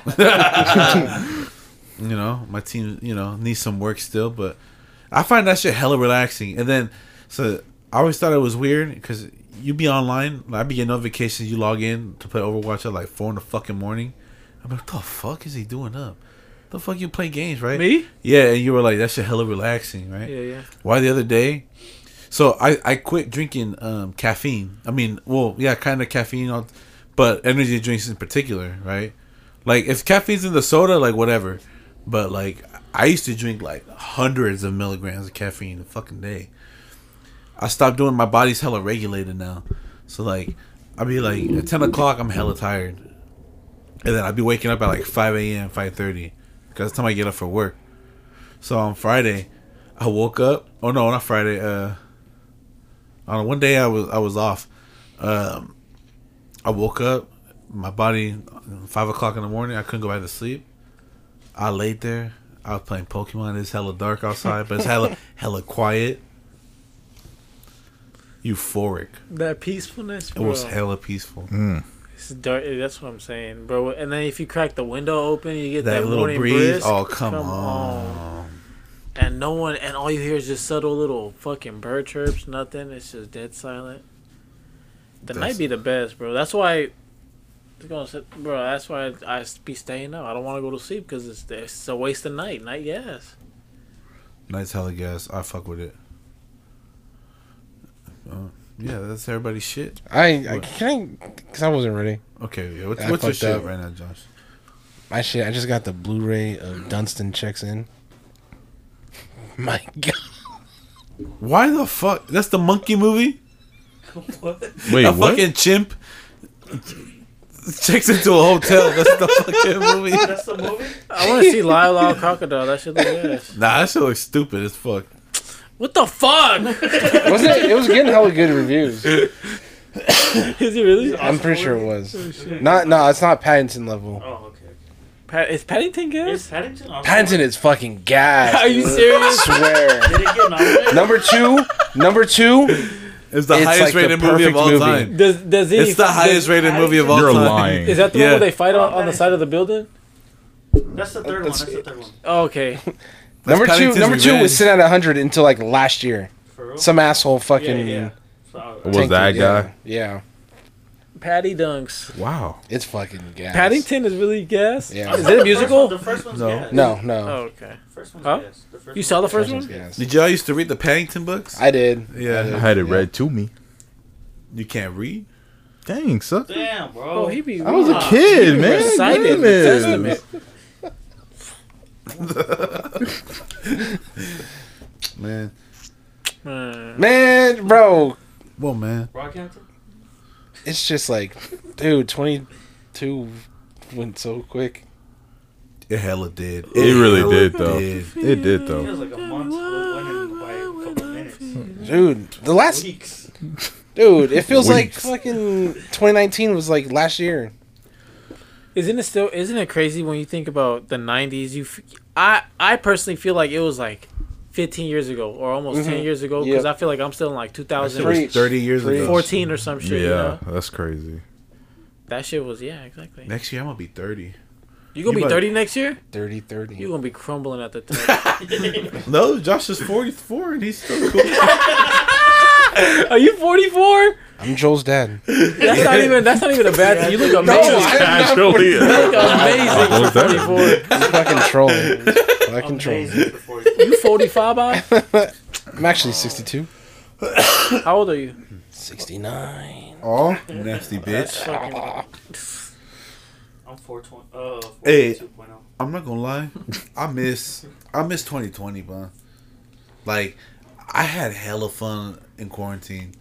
You know, my team. You know, needs some work still, but I find that shit hella relaxing. And then, so I always thought it was weird because you be online. I be getting notifications. You log in to play Overwatch at like four in the fucking morning. I'm like, what the fuck is he doing up? The fuck you play games, right?
Me?
Yeah, and you were like, that shit hella relaxing, right?
Yeah, yeah.
Why the other day? So I I quit drinking um, caffeine. I mean, well, yeah, kind of caffeine, all- but energy drinks in particular, right? Like if caffeine's in the soda, like whatever. But like I used to drink like hundreds of milligrams of caffeine a fucking day. I stopped doing. My body's hella regulated now, so like I'd be like at ten o'clock I'm hella tired, and then I'd be waking up at like five a.m. five thirty, because the time I get up for work. So on Friday, I woke up. Oh no, not Friday. Uh, on one day I was I was off. Um, I woke up. My body five o'clock in the morning. I couldn't go back to sleep. I laid there. I was playing Pokemon. It's hella dark outside, but it's hella hella quiet. Euphoric.
That peacefulness,
It
bro.
was hella peaceful.
It's dark. That's what I'm saying, bro. And then if you crack the window open, you get
That
that,
little
morning
breeze.
breeze.
Oh come, on.
And no one, and all you hear is just subtle little fucking bird chirps. Nothing. It's just dead silent. That
That's-
might be the best, bro. That's why. it's Gonna sit, bro, that's why I, I be staying up. I don't want to go to sleep because it's it's a waste of night. Night gas.
Nice hella gas. I fuck with it. Uh, yeah, that's everybody's shit.
I, I can I, cause I wasn't ready.
Okay, yeah. What's,
I
what's your
fucked
shit
up.
right now, Josh?
My shit. I just got the Blu-ray of Dunstan checks in. My God,
Why the fuck? That's the monkey movie.
What?
Wait,
a
what?
fucking chimp checks into a hotel. That's the fucking movie. Nah,
That's the movie.
I want to see Lyle Lyle Crocodile. That shit look ass.
that shit looks stupid as fuck.
What the fuck?
wasn't it? It was getting hella good reviews.
Is it really?
I'm pretty sure it
Oh,
was. Not no, it's not Paddington level.
Oh, okay.
Pat, is Paddington
Is
gas?
Paddington? Oh, on-
Paddington is fucking gas.
Are you
dude.
serious?
Swear.
Did it get nominated?
Number two, number two.
It's the
It's
highest
like the
rated movie of
perfect
all
movie.
time.
Does does he?
It's the highest rated movie of all
You're
time.
lying.
Is that the
Yeah.
one where they fight on, on the side of the building?
That's the third one. That's the third one.
Oh, okay.
That's
number two,
Paddington's
number two
Revenge.
was sitting at hundred until like last year.
For real.
Some asshole fucking.
Yeah, yeah. So,
Was
tanked
that
it, yeah.
guy?
Yeah,
Patty Dunks.
Wow.
it's fucking gas.
Paddington is really gas?
Yeah.
Is it a
The
musical?
first one's
No.
gas.
No, no.
Oh, okay.
First one's
Huh?
gas. The first
You
one's
saw the
gas.
first
This one's
one?
gas.
Did y'all used to read the Paddington books?
I did.
Yeah.
did.
I had it
Yeah.
read to me.
you can't read.
Dang, sucker.
Damn, bro.
Oh, he be.
I was a
wow.
kid, man.
Recited the
Goodness.
Testament.
Man,
Man.
Man, bro,
well, man,
Brockhampton?
it's just like, dude, twenty two went so quick.
it hella did. It,
really
hella
did, though.
did.
It did
It
though.
was like a month winning by a couple minutes.
Dude, the last
Weeks.
dude, it feels like
Weeks.
fucking 2019 was like last year.
Isn't it still? Isn't it crazy when you think about the '90s? You, f- I, I personally feel like it was like 15 years ago or almost 10 years ago because
Yep.
I feel like I'm still in like
It was
2014
Preach.
thirty years
Preach.
ago.
or some shit. You
Yeah,
know?
that's crazy.
That shit was yeah, exactly.
Next year I'm gonna be thirty.
You gonna
You
be
might-
30 next year?
30 30.
You gonna be crumbling at the top.
No, Josh is forty-four and he's still cool.
Are you 44?
I'm Joel's dad.
That's not even. That's not even a bad thing. You look amazing.
Actually,
You look amazing
What was
for
that?
44.
I'm fucking trolling. out of control.
Amazing before you-
You 45, Bob?
I'm actually 62.
How old are you?
69.
Oh, nasty bitch.
Fucking-
I'm 420. Uh,
Hey.
4.2.0.
I'm not gonna lie. I miss I miss 2020, bro. Like I had hella fun in quarantine.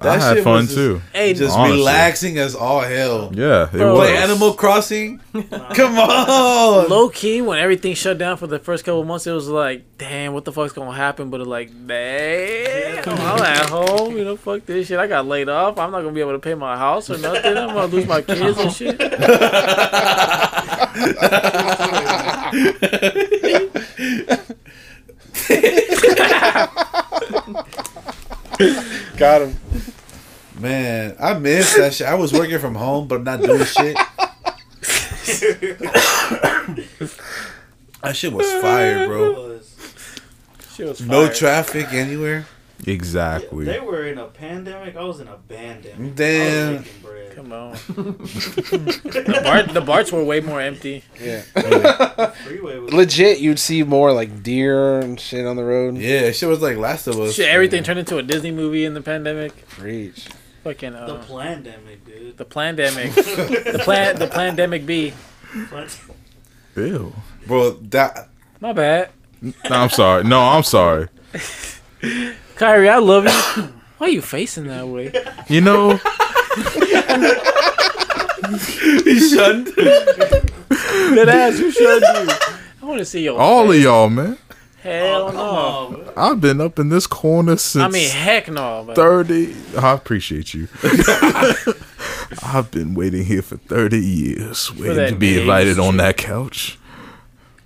That
I had
shit
fun
was just-
too.
Hey,
Just
Honestly.
relaxing as all hell.
Yeah, it
Bro,
was.
Play Animal Crossing. Come on.
low key, when everything shut down for the first couple months, it was like, damn, what the fuck's gonna happen? But it like, damn, I'm at home, you know, fuck this shit. I got laid off. I'm not gonna be able to pay my house or nothing. I'm gonna lose my kids and shit.
Got him.
Man, I miss that shit. I was working from home, but I'm not doing shit. that shit was fire, bro.
Was,
Shit was
No
fire.
traffic anywhere.
Exactly.
they were in a pandemic. I was in a pandemic. I
Damn.
was making bread.
Come on. the, bar, the bars were way more empty.
Yeah.
Freeway was
Legit, you'd see more like deer and shit on the road.
Yeah, that shit was like Last of Us.
Shit, everything turned into a Disney movie in the pandemic.
Reach.
Fucking
the
uh,
pandemic, dude.
the pandemic. the plan, the pandemic B.
Plant-
Ew.
Bro, that
My bad,
No, I'm sorry. No, I'm sorry.
Kyrie. I love you. Why you facing that way?
You know,
he shunned.
That ass, you should do. I want to see your
all of
face.
y'all, man.
Hell
Come
no.
on, bro.
I've been up in this corner since
I mean, heck no. But
30. I appreciate you. I've been waiting here for 30 years, waiting
that
to be
gay
invited on
shit.
that couch.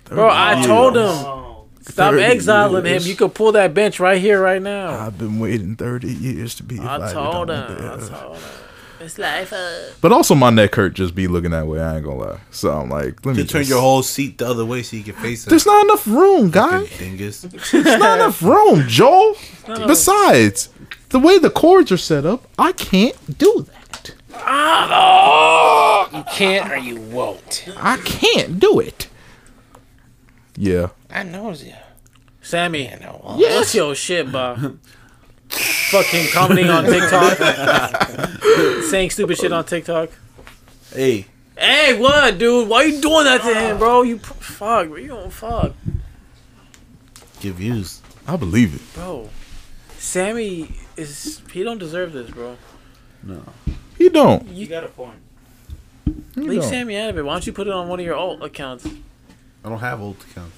bro, I told him
Oh,
stop
30
exiling
years.
him. You could pull that bench right here, right now.
I've been waiting 30 years to be invited
I told him.
on
I
that.
told him. It's life. Uh,
But also, my neck hurt just be looking that way. I ain't gonna lie. So I'm like, let me
You turn
just-
your whole seat the other way so you can face him.
There's not enough room, guy.
dingus.
There's not enough room, Joel. Besides, the way the cords are set up, I can't do that.
You can't or you won't.
I can't do it. Yeah.
I knows you.
Sammy,
I know.
what's your shit, bro? Fucking commenting on TikTok, saying stupid shit on TikTok.
Hey,
Hey, what, dude? Why you doing that to him, bro? You p- fuck, bro. You don't fuck,
give views.
I believe it.
bro. Sammy is he don't deserve this, bro.
You don't.
you got a point.
You
Leave
don't.
Sammy out of it. Why don't you put it on one of your alt accounts?
I don't have old accounts.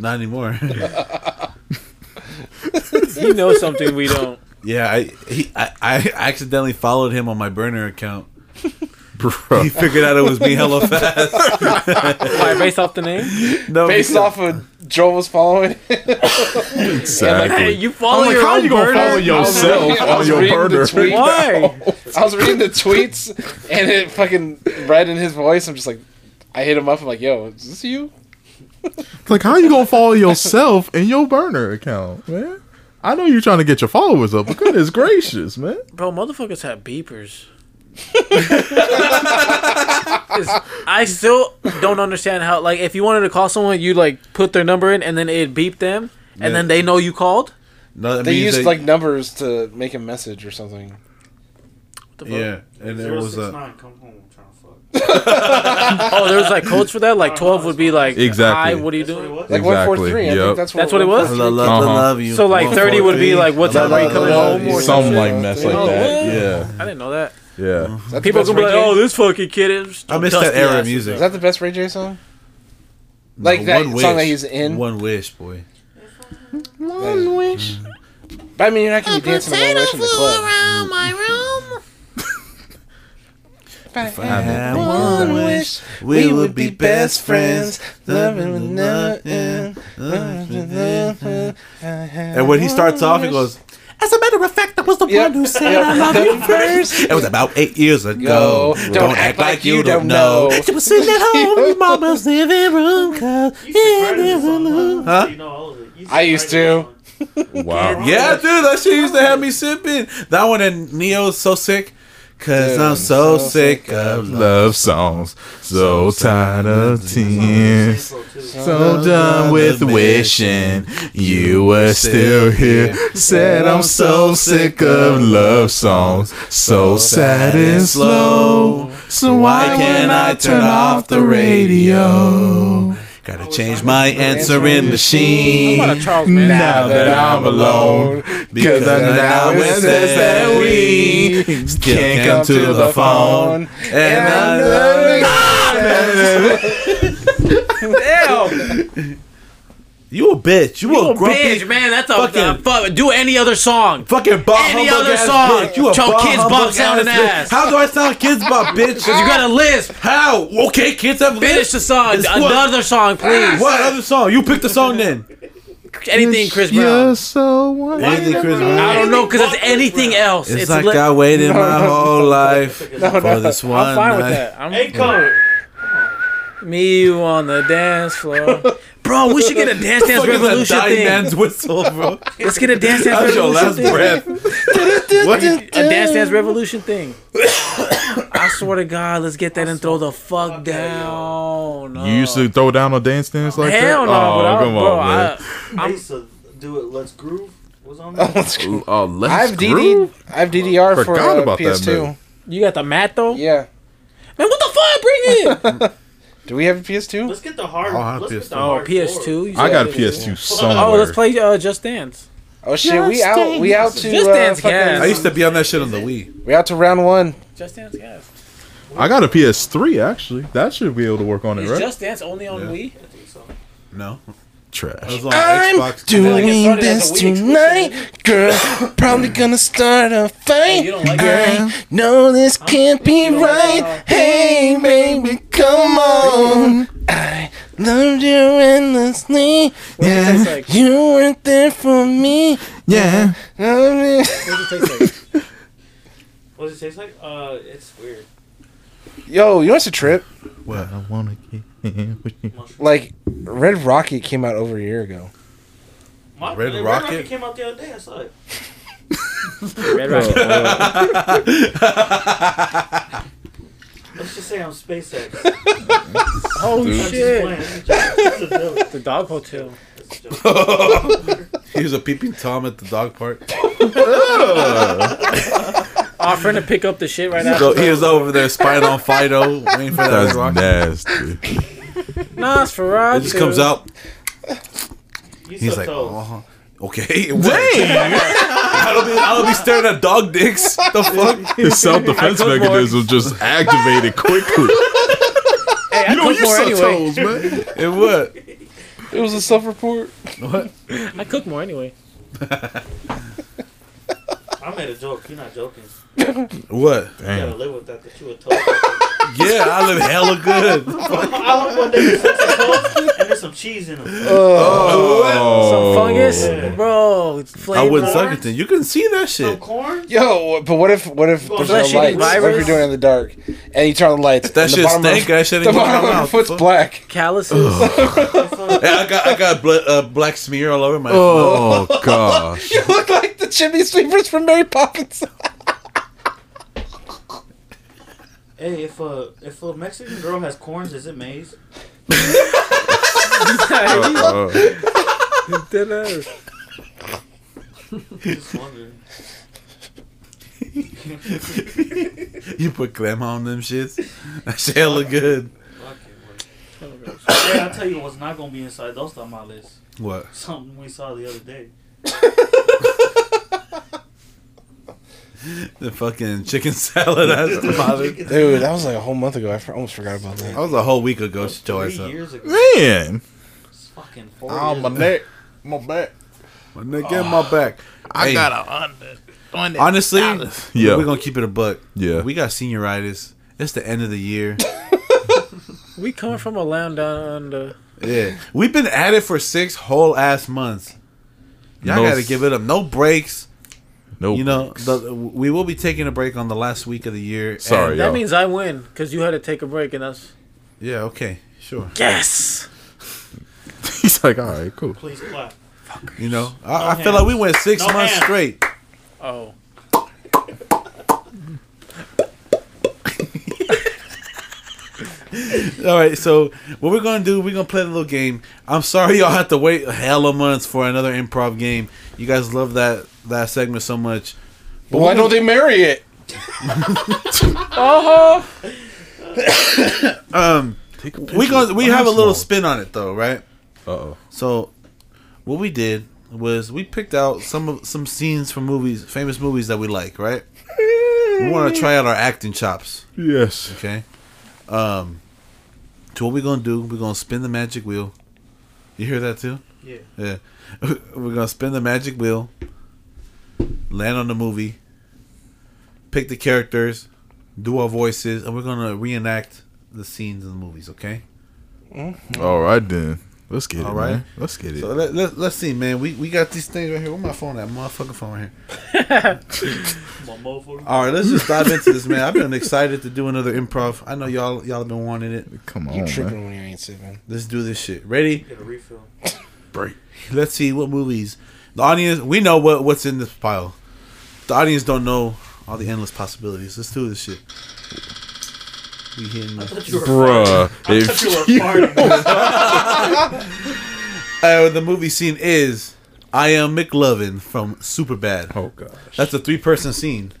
not anymore.
You know something we don't.
yeah, I, he, I I accidentally followed him on my burner account.
Bro.
He figured out it was me hella fast.
Why, based off the name?
No,
Based
because-
off of Joel was following.
Hey,
Exactly.
you follow
like,
your
how
own
you gonna
burner?
follow yourself
I
on
was
your
reading the
burner?
tweet.
Why?
I was reading the tweets and it fucking read in his voice. I'm just like, I hit him up. I'm like, yo, is this you?
Like, how you gonna follow yourself in your burner account, man? I know you're trying to get your followers up, but goodness gracious, man.
Bro, motherfuckers have beepers. It's- I still don't understand how. Like, if you wanted to call someone, you like put their number in, and then it beep them, and
Yeah.
then they know you called.
no, that
They
means
used
that-
like numbers to make a message or something.
What the fuck?
yeah, and it was uh, a.
069, come home, I'm trying to fuck.
Oh, there was like codes for that. Like twelve would be like
Exactly.
Hi, what are you
That's what it
doing?
was.
Like
Exactly,
143. I
yep.
think that's what,
That's what it was?
I love, love, love,
Uh-huh.
love you.
So, like, 30 would be like, what's up,
Love,
are you
love,
coming
love
home
you.
or
Something
shit?
like mess like
Oh,
that. Yeah.
I didn't know that.
Yeah.
That's
People
the best
gonna be like,
Ray J-
"Oh, this fucking kid is."
I miss that era of
dusty
Is
ass."
music.
that the best Ray J song?
No,
Like that
One
song
Wish.
that he's in.
One wish, boy.
One wish. But I mean, you're not gonna be dancing to one wish in the club.
If
uh,
I had one wish, we, would be best friends. Loving with nothing. And when he starts off, he goes, As a matter of fact, that was the
Yep.
one who said
Yep.
I love you first. It was about eight years ago.
Yo, don't act like you don't know.
She was sitting at home in mama's living room. 'cause-
You used to cry to this song, huh?
Huh?
You know all of it. You
I
cry
used
this
to.
song.
Wow.
Yeah, dude, that shit used to have me sipping. That one and Neo's so sick. Cause
Dude,
I'm
I'm
so,
so
sick
sick
of love.
Love songs, so tired of tears. So done with wishing you were still here. Said I'm so sick of love songs, so sad and slow. So why can't I turn off the radio?
Gotta change my answering machine.
I'm on a Charles Manson.
Now that I'm alone, because now it says that we can't come to the phone.
And I
Damn,
You a bitch. You,
you
a,
a
grumpy
bitch, man. That's a
fucking-
uh, fuck. Do any other song.
fucking bum
Any
humbug
other
ass
song.
bitch. You a
Choke
bum
kids
humbug
bump sound
ass
an
bitch.
ass.
How do I sound kids bump, bitch?
You got a list.
How? Okay, kids have
Finish the song.
It's what-
Another song, please.
What other song? You pick the song then.
Anything, Chris Brown.
You're so wonderful.
Anything, Chris
I
Brown.
don't know because it's anything else.
It's,
It's,
like
li-
I waited my whole life for this one
I'm fine
night.
with that. I'm
Hey, Connor.
me you on the dance floor, bro. We should get a dance dance
Fucking
revolution
dying
thing.
man's whistle, bro.
Let's get a dance dance
That's your
revolution
last
thing.
breath.
A dance dance revolution thing. I swear to God, let's get that and throw the fuck down.
You used to throw down on dance dance like that? Oh,
Hell no, but I,
come
bro,
on, man.
I used to do it. Let's groove. Was on that.
Ooh,
uh,
oh, let's
I have DD. I have DDR for
Forgot
uh,
about that
PS2.
movie.
I, you got the mat though.
Yeah.
Man, what the fuck? Bring it.
Do we have a PS2?
Let's get the hard.
I'll have
Let's get
PS2.
the
oh,
hard
PS2.
four.
You
I
said
got a
it.
PS2 somewhere.
Oh, let's play uh, Just Dance.
Oh shit, we out. We out to
Just
uh,
Dance Gas.
I
fucking,
used to be on that shit on the Wii.
we out to round one.
Just Dance, guys.
I got a PS3 actually. That should be able to work on it,
Is
right?
Just Dance only on Wii?
I think so.
No, I
Trash.
was on
I'm
Xbox.
doing
started as
this
a Wii
tonight, girl. Probably gonna start a fight,
You don't like
girl. No, this can't be right. Hey, baby, come on. I loved you endlessly.
it taste like?
you weren't there for me.
Yeah.
I mean-
What does it taste like?
What does it taste like? Uh, it's weird.
Yo, you know what's a trip?
What?
I wanna get in with you.
Like Red Rocket came out over a year ago.
My,
Red
Red
Rocket?
Rocket? came out the other day. I saw it.
Red Rocket.
Let's just say I'm SpaceX. I'm
Oh
just
shit!
playing. It's a joke. It's a joke.
The dog hotel.
It's a joke.
He was a peeping tom at the dog park.
Offering Oh, to pick up the shit right
So
after.
he was over there spying on Fido, waiting for that
That's
rock.
nasty.
Nah, it's Farage.
It just comes out.
You
He's
suck
like,
toes.
oh, okay. Dang. I don't be, I don't be staring at dog dicks. The fuck?
His self defense
I cook
mechanism just activated quickly.
Hey, I
You know
cook
you
more
suck
anyway.
toes, man.
It would.
It was a self report.
I cook more anyway.
I made a joke. You're not joking.
What?
You gotta
Damn.
live with that. That you a toe.
Yeah, I live hella good.
I look one day you suck some toes and there's some cheese in them.
Some fungus,
Yeah.
bro.
I
Flame
wouldn't
war.
suck it then. You can see that
Some
shit.
corn.
Yo, but what if what if there's no lights?
Flesh-eating
What if you're
virus?
doing it in the dark and you turn on the lights?
That
and the
shit
bottom of-
stank. That shit
The
ain't going
bottom of your
out.
foot's black.
Calluses.
Hey, I got I got bl- uh, black smear all over my.
Oh gosh.
You look like the chimney sweepers from Mary Poppins.
Hey, if a if a Mexican girl has corns, is it maize?
Uh,
Just wondering.
You put grandma on them shits. That shit hella good.
Fuck it, boy. Hey, I'll tell you what's not gonna be inside those on my list.
What?
Something we saw the other day.
The fucking chicken salad. That's the mother.
Dude, that was like a whole month ago. I for- almost forgot about that.
That was a whole week ago. She told
Three
us up.
years ago.
man.
It's fucking four
Oh,
years
my
ago.
neck. My back.
My nigga, my back. I got a hundred. Honestly,
Yeah.
we're gonna keep it a buck.
Yeah.
we got senioritis. It's the end of the year.
we coming from a land down under.
yeah, we've been at it for six whole ass months. Y'all
No
gotta
s-
give it up. No breaks.
Nope.
You know, the, we will be taking a break on the last week of the year. and-
Sorry,
That
Yo.
means I win because you had to take a break and that's.
yeah. Okay. Sure.
Yes!
He's like, all right, cool.
Please clap.
You know, I, I
No
feel like we went six
No
months
hands.
straight.
Oh.
All right, so what we're gonna do? We're gonna play a little game. I'm sorry y'all have to wait a hell of months for another improv game. You guys love that that segment so much.
Why don't they marry it?
We gonna we have a little spin on it though, right?
Uh oh.
So what we did was we picked out some of some scenes from movies, famous movies that we like, right? we want to try out our acting chops.
Yes.
Okay. Um. So what we're gonna do? We're gonna spin the magic wheel. You hear that too?
Yeah.
Yeah. we're gonna spin the magic wheel. Land on the movie. Pick the characters. Do our voices, and we're gonna reenact the scenes in the movies. Okay.
All right then. Let's get
All
it.
right.
Man. Let's get it.
So let, let, let's see, man. We, we got these things right here. Where my phone at? Motherfucking phone right here.
My motherfucker.
All right, let's just dive into this, man. I've been excited to do another improv. I know y'all y'all have been wanting it.
Come on,
You tripping
man.
when you ain't sipping.
Let's do this shit. Ready?
Get a refill.
Let's see what movies. The audience, we know what what's in this pile. The audience don't know all the endless possibilities. Let's do this shit. We hitting the,
Thought you were
Bruh.
farting. I thought you were farting.
uh, the movie scene is I am McLovin from Superbad.
Oh gosh.
That's a three person scene.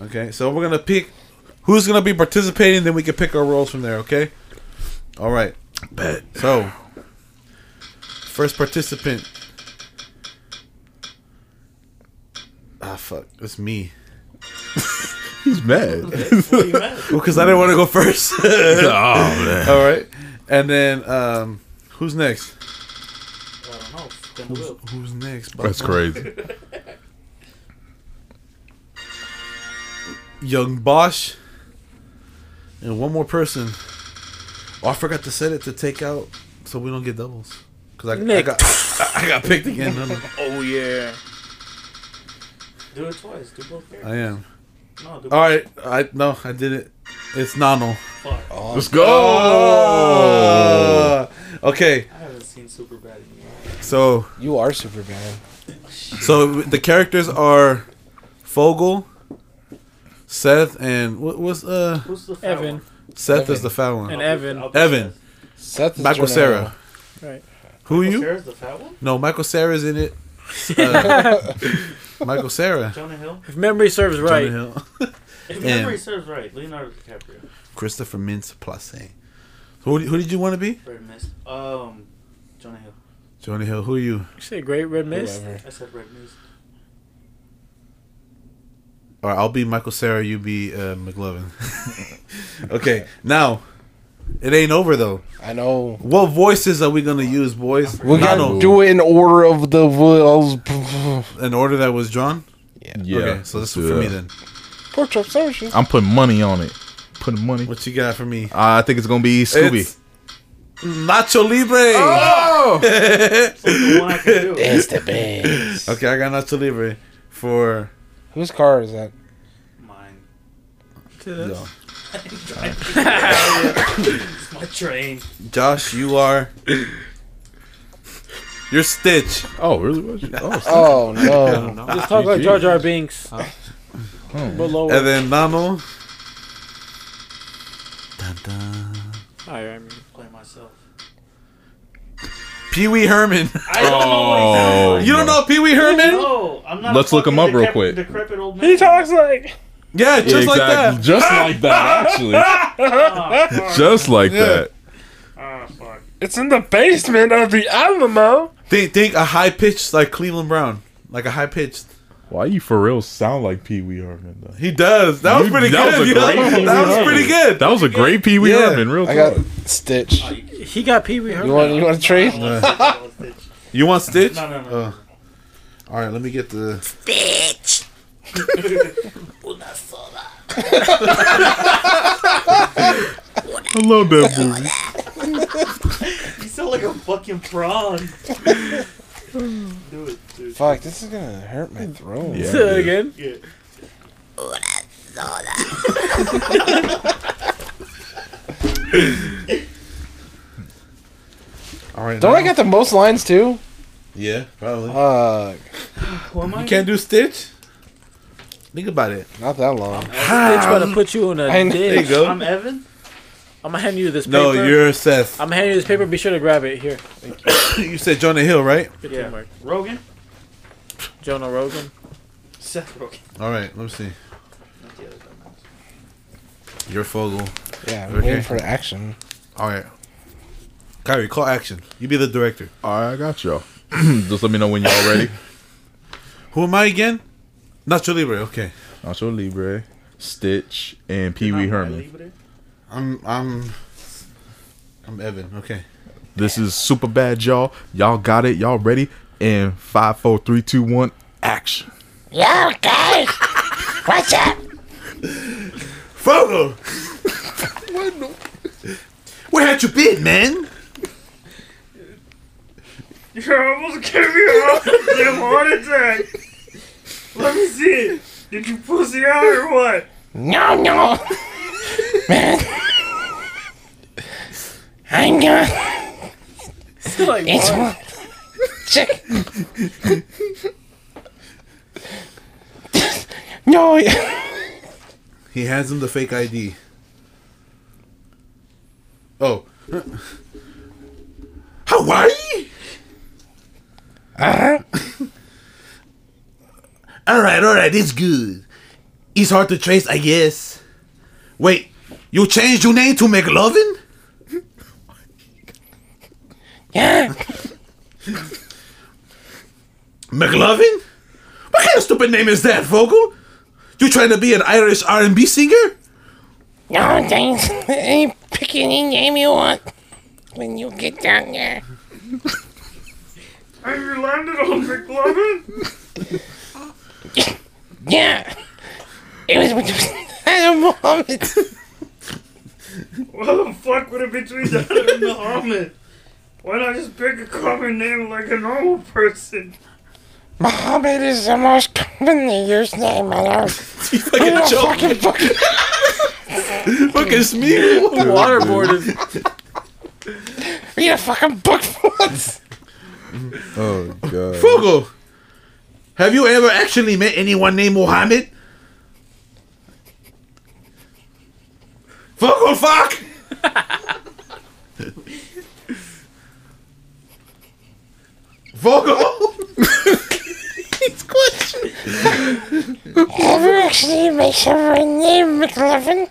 Okay, so we're gonna pick who's gonna be participating, then we can pick our roles from there, okay? Alright.
Bet.
So first participant. Ah fuck, it's me.
He's mad.
What are you mad at?
Well, because I didn't want to go first.
oh man.
Alright. And then um who's next?
I don't know. Then
Who's,
we'll.
who's next?
That's
Bubba?
crazy.
Young Bosch, and one more person. Oh, I forgot to set it to take out so we don't get doubles. Cause I, I
Nick.
got I, I got picked again. No, no,
Oh yeah.
Do it twice. Do both pairs.
I am.
No,
Uh,
do
All right. I no, I did it. It's Nano.
both right. fuck.
Let's go.
Uh, okay.
I haven't seen Super Bad in years.
So
You are super bad.
so the characters are Fogel, Seth, and what was uh
Who's the fat
Evan
one?
Seth
Evan.
is the fat
and
one.
Evan.
I'll be
Evan.
Seth.
Seth is
Michael
Jordan.
Sarah.
Right.
Who
Michael
you?
Cera's the fat one?
No, Michael Sarah's in it. Uh, Michael Sarah.
Jonah Hill?
If memory serves right.
If
Yeah.
memory serves right, Leonardo DiCaprio.
Christopher Mintz Plasse. Who, who did you want to be?
Red Mist. Um, Jonah Hill.
Johnny Hill. Who are you?
You say great red mist.
Whoever.
I said Red Mist.
Or I'll be Michael Sarah. You be uh, McLovin. okay. Now, it ain't over though.
I know.
What voices are we gonna use, boys?
We
Nano,
gotta do it in order of the wills.
an order that was drawn.
Yeah.
Okay, so this
let's
is
do
for me
that.
then.
Pork chop sandwiches.
I'm putting money on it. Putting money.
What you got for me?
I think it's gonna be Scooby.
It's Nacho Libre.
Oh!
The one I can do.
It's the best.
Okay, I got Nacho Libre for.
Whose car is that?
Mine.
No.
It's my train.
Josh, you are. You're Stitch.
Oh, really? Was it? Oh, Scooby.
Oh
I
no.
don't know.
Just talk like Jar Jar Binks.
Oh.
But lower.
And then Nano. Dun, dun.
Alright, I mean,
Play myself.
Pee Wee Herman.
I don't know what
Oh,
he's
You don't know Pee Wee
doing.
Herman?
No, I'm not.
Let's look him
fucking
up real
decrepit-
quick.
Decrepit old man.
He talks like.
Yeah, just like
exactly.
that.
Just like that, actually.
Ah, fuck.
Just like that.
Ah, fuck.
It's in the basement of the Alamo.
Think, think a high pitched like Cleveland Brown, like a high pitched.
Why you for real sound like Pee Wee Herman though?
He does. That was
You-
pretty
that
good.
was a
you
great
know?
Pee Wee
that was
Herman.
pretty good.
That was a great Pee Wee
Yeah.
Herman, real
I got
talk.
Stitch.
he got Pee Wee
You
Herman.
want? You want to trade?
No, no,
You want Stitch?
no. no.
All right, let me get the.
Una sola.
I love that movie.
You sound like a fucking prawn. do it, dude.
Fuck, this is gonna hurt my throat.
Yeah.
Again.
Yeah.
All right.
Don't
now.
I got the most lines too?
Yeah, probably.
Fuck,
Who am I?
you can't do Stitch. Think about it.
not that long.
Bitch about to put you in a
I know.
ditch.
go.
I'm Evan.
I'm gonna hand you this paper.
No, you're Seth.
I'm gonna hand you this paper. Be sure to grab it here.
you said Jonah Hill, right?
Good
Yeah.
teamwork.
Rogan?
Jonah Rogan.
Seth Rogan.
All right, let me see.
Not the other dumbass.
Your Fogel.
Yeah, I'm
Okay.
waiting for action.
All right. Kyrie, call action. You be the director.
All right, I got y'all. Just let me know when y'all ready.
Who am I again? Nacho Libre. Okay.
Nacho Libre, Stitch, and Pee Wee
Not
Herman.
Miley, but it-
I'm I'm I'm Evan. Okay.
This is super bad, y'all. Y'all got it. Y'all ready? In five, four, three, two, one, action.
Fogel. Where had you been, man?
You almost gave me a damn heart attack. Let me see it. Did you pussy out or what?
No, no, man. I'm gonna.
Like,
It's one. Check. no. yeah.
He hands him the fake ID. Oh. Hawaii?
Uh-huh.
Alright, alright, it's good. It's hard to trace, I guess. Wait, you changed your name to McLovin?
Yeah.
McLovin? What kind of stupid name is that, Vogel? You trying to be an Irish R&B singer?
No, thanks. Any pick any name you want when you get down there.
Have you landed on McLovin?
Yeah. It was between that moment.
Why the fuck would it be between that and the helmet? Why not just pick a common name like a normal person?
Muhammad is the most commonly used name on earth.
Fucking
Oh,
joke,
fucking, fucking.
fucking smear.
waterboarded.
Read a fucking book for once.
Oh god.
Vogel, have you ever actually met anyone named Mohammed? Vogel, fuck! Vogel!
Never actually make someone named McLovin.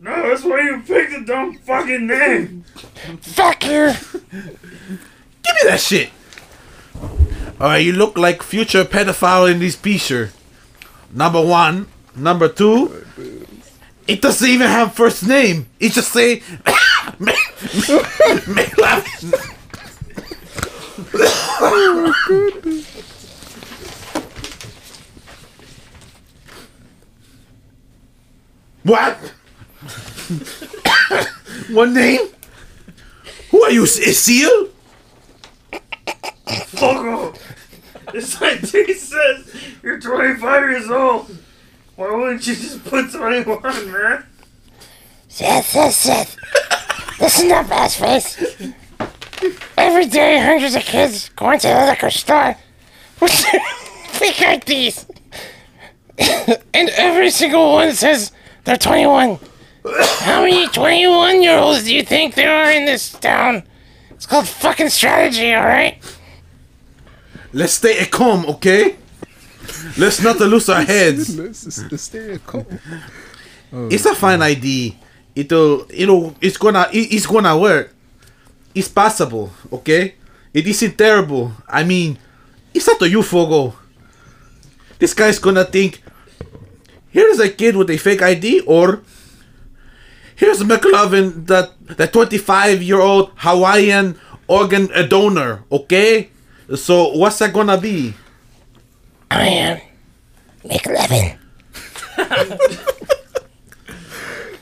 No, that's why you picked a dumb fucking name.
Fuck you.
Give me that shit. All right, you look like future pedophile in this picture. Number one, number two. It doesn't even have first name. It just say. Ma- Ma- Ma- what? One name? Who are you, a seal?
Fogo! This ID says you're 25 years old. Why wouldn't you just put 21, man?
Seth, Seth, Seth. Listen up, assface. Every day, hundreds of kids go into the liquor store with their fake IDs. and every single one says they're 21. How many 21 year olds do you think there are in this town? It's called fucking strategy, alright?
Let's stay at calm, okay? Let's not lose our heads.
This is hysterical.
It's a fine idea. It'll, it'll, it's gonna, it- it's gonna work. It's possible, okay? It isn't terrible. I mean, it's up to you, Fogo. This guy's gonna think, here's a kid with a fake ID, or here's McLovin, that that 25 year old Hawaiian organ uh, donor, okay? So what's that gonna be?
I am McLevin.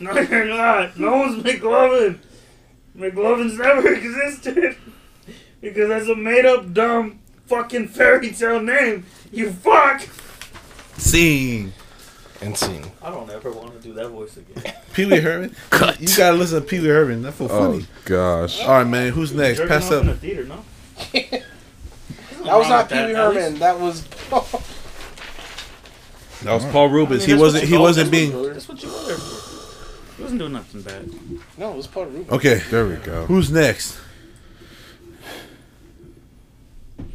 No, you're not. No one's McLovin. McLovin's never existed. Because that's a made up, dumb, fucking fairy tale name. You fuck!
Sing.
And scene.
I don't ever want to do that voice again.
Pee Wee Herman. Cut. You gotta listen to Pee Wee Herman. That's for
Oh
funny.
gosh.
All right, man. Who's next? Pass up.
in the theater, no?
That was not Pee
that,
Wee
at
Herman. That was.
That was Paul Rubens.
I mean,
he
that's
wasn't.
what
He
you-
wasn't
that's
being.
That's what you were there for. He wasn't doing nothing bad.
No, it was Puerto Rico.
Okay,
There we go.
who's next?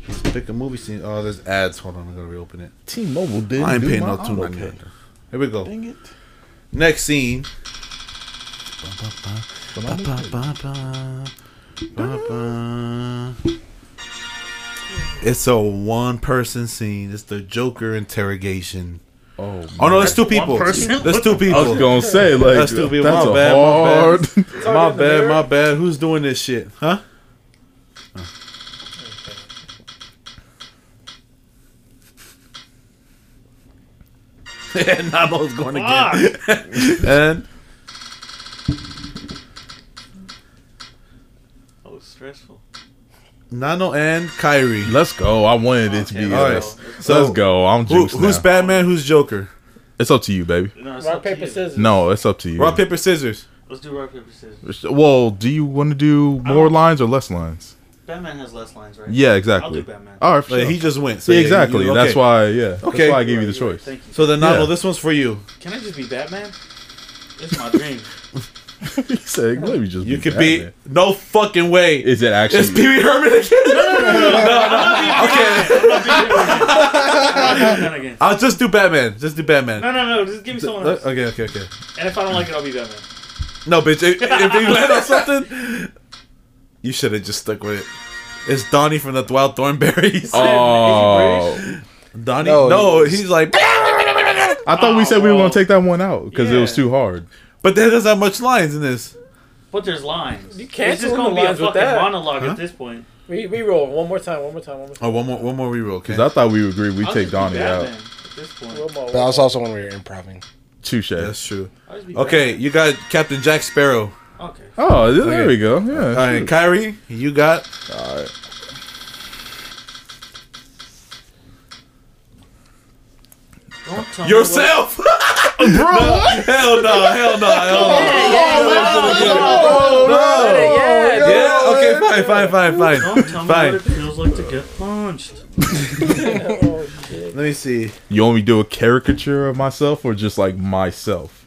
Let's pick a movie scene. Oh, there's ads. Hold on, I'm gonna reopen it.
T-Mobile didn't
I ain't
do
paying
my
no two ninety
autopay.
nine. Here we go.
Dang it.
Next scene.
But I didn't pay.
It's a one person scene. It's the Joker interrogation.
Oh,
Oh no, that's two people.
person?
That's two
I was
people.
gonna say like that's,
That's two
a
people. My bad, my
hard.
My bad, my bad. Who's doing this shit? Huh? and Nabo's going again. and
Oh, stressful.
Nano and Kyrie.
Let's go. I wanted it to be.
Okay,
All right.
us.
So
Let's go. I'm
Who,
juiced
who's
now.
Batman? Who's Joker?
It's up to you, baby.
No, it's
Rock,
up to
paper,
you.
scissors.
No, it's up to you.
Rock paper scissors.
Let's do rock paper scissors.
Well, do you want to do more lines or less lines?
Batman has less lines, right?
Yeah,
Oh. I'll
exactly.
do Batman.
All right, for
Like,
sure.
he just went. So
Yeah,
yeah, you-
exactly.
okay.
That's why. Yeah.
Okay.
That's why I gave you the choice.
Thank you.
So the Nano,
Yeah.
this one's for you.
Can I just be Batman? It's my dream.
he said, "Let me just."
You
be
could be
Batman."
no fucking way.
Is it actually?
It's Pee Wee Herman again. No, no, no, no, Okay,
I'll do Batman again.
I'll just do Batman. Just do Batman.
No, no, no. Just give me someone else.
Okay, okay, okay.
And if I don't like it, I'll be Batman.
No, bitch. If, if you land on something, you should have just stuck with it. It's Donnie from the Wild Thornberries.
oh,
Donnie? No,
No,
he's like,
I thought we said we were
well.
Oh.
gonna take that one out because it was
Yeah.
too hard.
but there doesn't have much lines in this.
But there's lines. You
can't
It's just
do
gonna
the
be a
lines with
fucking
that.
monologue at this point.
Re- re-roll one more time. One more time. One more time.
Oh, one more, one more reroll. Okay.
Because I thought we agreed we
I'll
take
just be
Donnie out.
Batman At this
One
point.
more.
But that was also when we were improving.
Touche.
That's true.
I'll just be
Okay, you got Captain Jack Sparrow.
Batman. Okay.
Oh, there
Okay.
we go. Yeah.
All right,
shoot.
Kyrie, you got
Don't tell me
yourself. Bro, hell no, hell no, hell no.
Yeah, yeah, dude.
Yeah, okay, fine, fine, fine,
What, don't
fine.
tell me
Fine.
what it feels like to get punched.
Let me see.
You want me to do a caricature of myself or just like myself?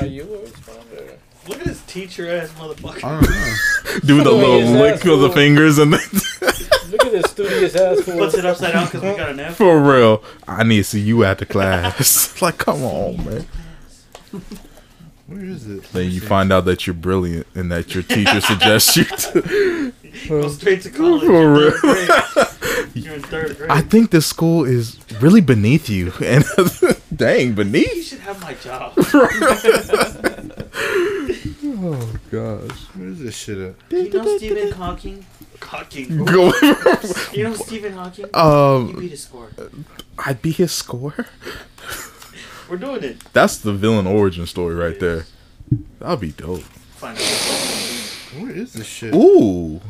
How you would respond to it.
Look at this teacher ass motherfucker.
Do the little
is that
lick of the
cool?
fingers and then,
Look at this studious ass fool.
Puts it upside down because we got an F.
for real. I need to see you at the class. like, come on, man.
Where is it?
Then you find out that you're brilliant and that your teacher suggests you to.
Go straight to college.
For
You're,
real.
third grade. You're in third grade.
I think this school is really beneath you. And dang,
you
beneath?
should have my job.
Oh gosh.
Where is this shit at?
you know Stephen Hawking? Hawking.
Go.
You know Stephen Hawking? He
um,
beat his score.
I'd be his score.
We're doing it.
That's the villain origin story right there. That'd be dope.
Find out.
Where is this shit?
Ooh.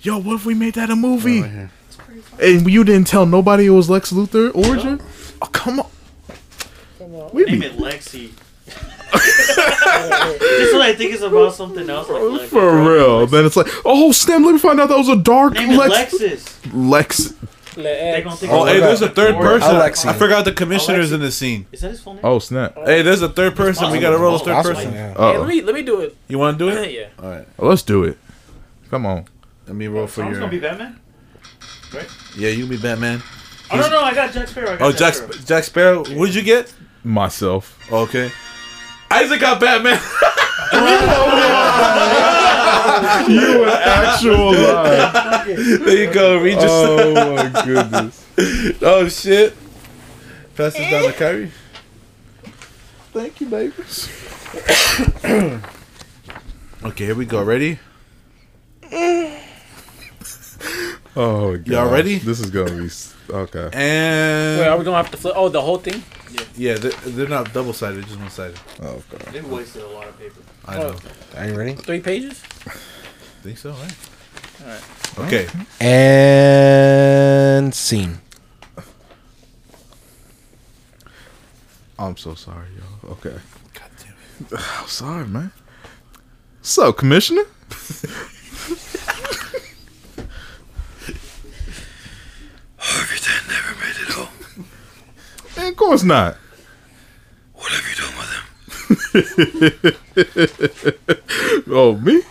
Yo, what if we made that a movie?
Right here.
And you didn't tell nobody it was Lex Luthor origin? Oh, come on. We
Name
be
it Lexi. Just when I think it's about something else, like Lexi.
for real. Then it's like, oh, Stem, let me find out that was a dark
Name it
Lex.
Lexus.
Lex.
They're
Let
gonna
X.
think
Oh,
it's
hey,
Lexus.
there's a third
Or-
person.
Alexi.
I forgot the commissioners in the scene.
Is that his full name?
Oh, snap.
Hey, there's a third person. We got to roll a third
That's
person.
why-
Hey, let
Oh,
me let me do it.
You want to do it?
yeah.
All right.
let's do it. Come on.
Let me roll for
Someone's
your.
gonna be Batman?
Yeah, you be Batman.
Oh, no, no, I got Jack Sparrow. I got
Oh, Jack
Sparrow.
Sp- Jack Sparrow. What did you get?
Myself.
Okay. Isaac got Batman.
You an actual lie.
there you go. Regis. Oh,
Oh, my goodness.
shit. Pass this down to Kyrie.
Thank you, baby.
Okay, here we go. Ready?
Oh, God.
Y'all ready?
This is going to be. s- Okay.
And
Wait, are we gonna have to flip? Oh, the whole thing.
yeah, they're, they're not double sided, just one sided.
Oh, God.
They wasted a lot of paper.
I know.
Are you ready?
Three pages.
Think so, right? All right. Okay.
And scene.
I'm so sorry, y'all. Okay. God damn it. I'm sorry, man. So, Commissioner?
Harvey Dent never made it home.
Eh, Of course not.
What have you done with him?
oh me?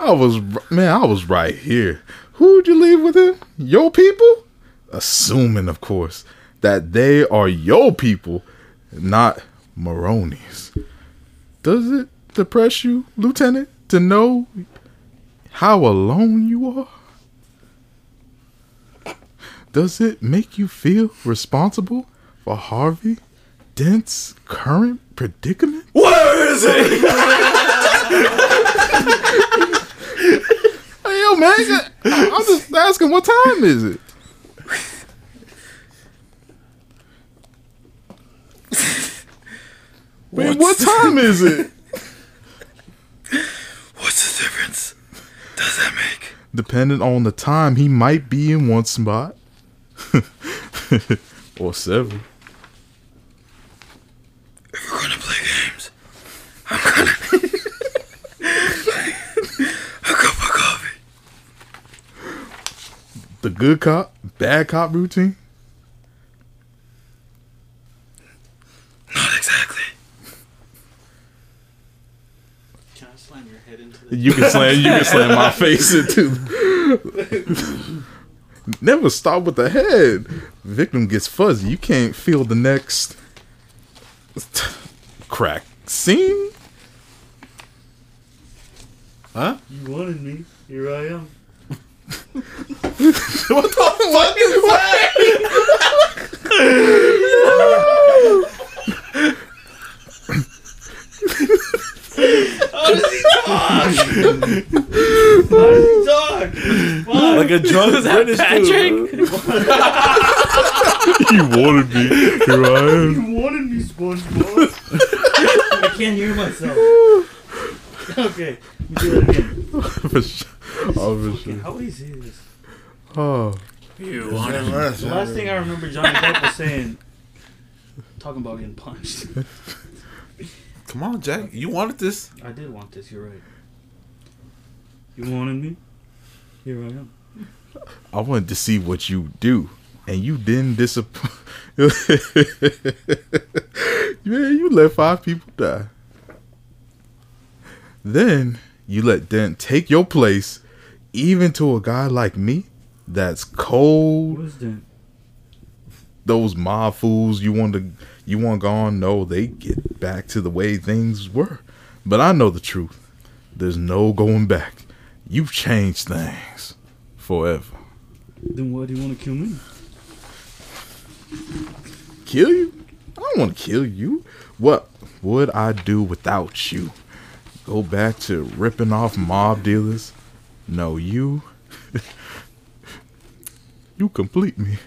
I was man, I was right here. Who'd you leave with him? Your people? Assuming, of course, that they are your people, not Maroney's. Does it depress you, Lieutenant, to know how alone you are? Does it make you feel responsible for Harvey Dent's current predicament?
Where is it?
Hey, yo, man, I- I'm just asking, what time is it? Wait, what time is it?
What's the difference? Does that make?
Depending on the time, he might be in one spot or several.
If we're gonna play games, I'm gonna. a cup of coffee.
The good cop, bad cop routine.
Not exactly.
Can I slam your head into the
You can slam, you can slam my face into. Never stop with the head. Victim gets fuzzy. You can't feel the next crack scene.
You wanted me. Here I am. Dog!
like a drunk British dude.
You wanted me. Here I am.
You wanted me, SpongeBob. I can't hear myself. Okay, you do it again.
For sure. Oh, for sure.
How would he say this?
Oh.
You wanted The last thing I remember Johnny Depp was saying, talking about getting punched.
Come on, Jack. You wanted this.
I did want this, you're right. You wanted me? Here I am.
I wanted to see what you do, and you didn't disappoint. Man, you let five people die. Then you let Dent take your place, even to a guy like me that's cold.
What is that?
Those mob fools you want to you want gone? No, they get back to the way things were. But I know the truth. There's no going back. You've changed things forever.
Then why do you want to kill me?
kill you? I don't want to kill you. What would I do without you? Go back to ripping off mob dealers? No, you. you complete me.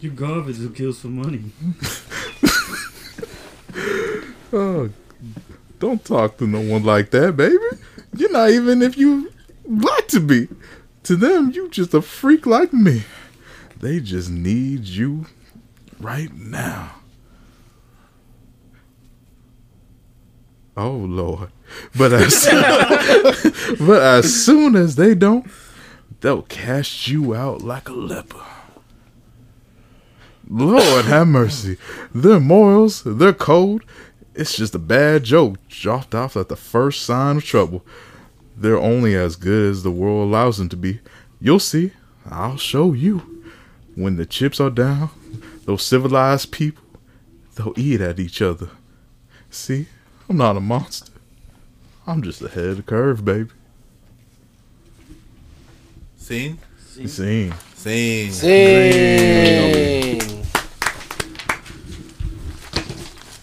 You garbage who kills for money.
Oh, don't talk to no one like that, baby. You're not even if you like to be. To them, you just a freak like me. They just need you right now. Oh Lord. But as but as soon as they don't, they'll cast you out like a leper. Lord have mercy. Their morals, their code, it's just a bad joke dropped off at the first sign of trouble. They're only as good as the world allows them to be. You'll see. I'll show you. When the chips are down, those civilized people, they'll eat at each other. See, I'm not a monster. I'm just ahead of the curve, baby.
Scene.
See,
Scene.
Zing.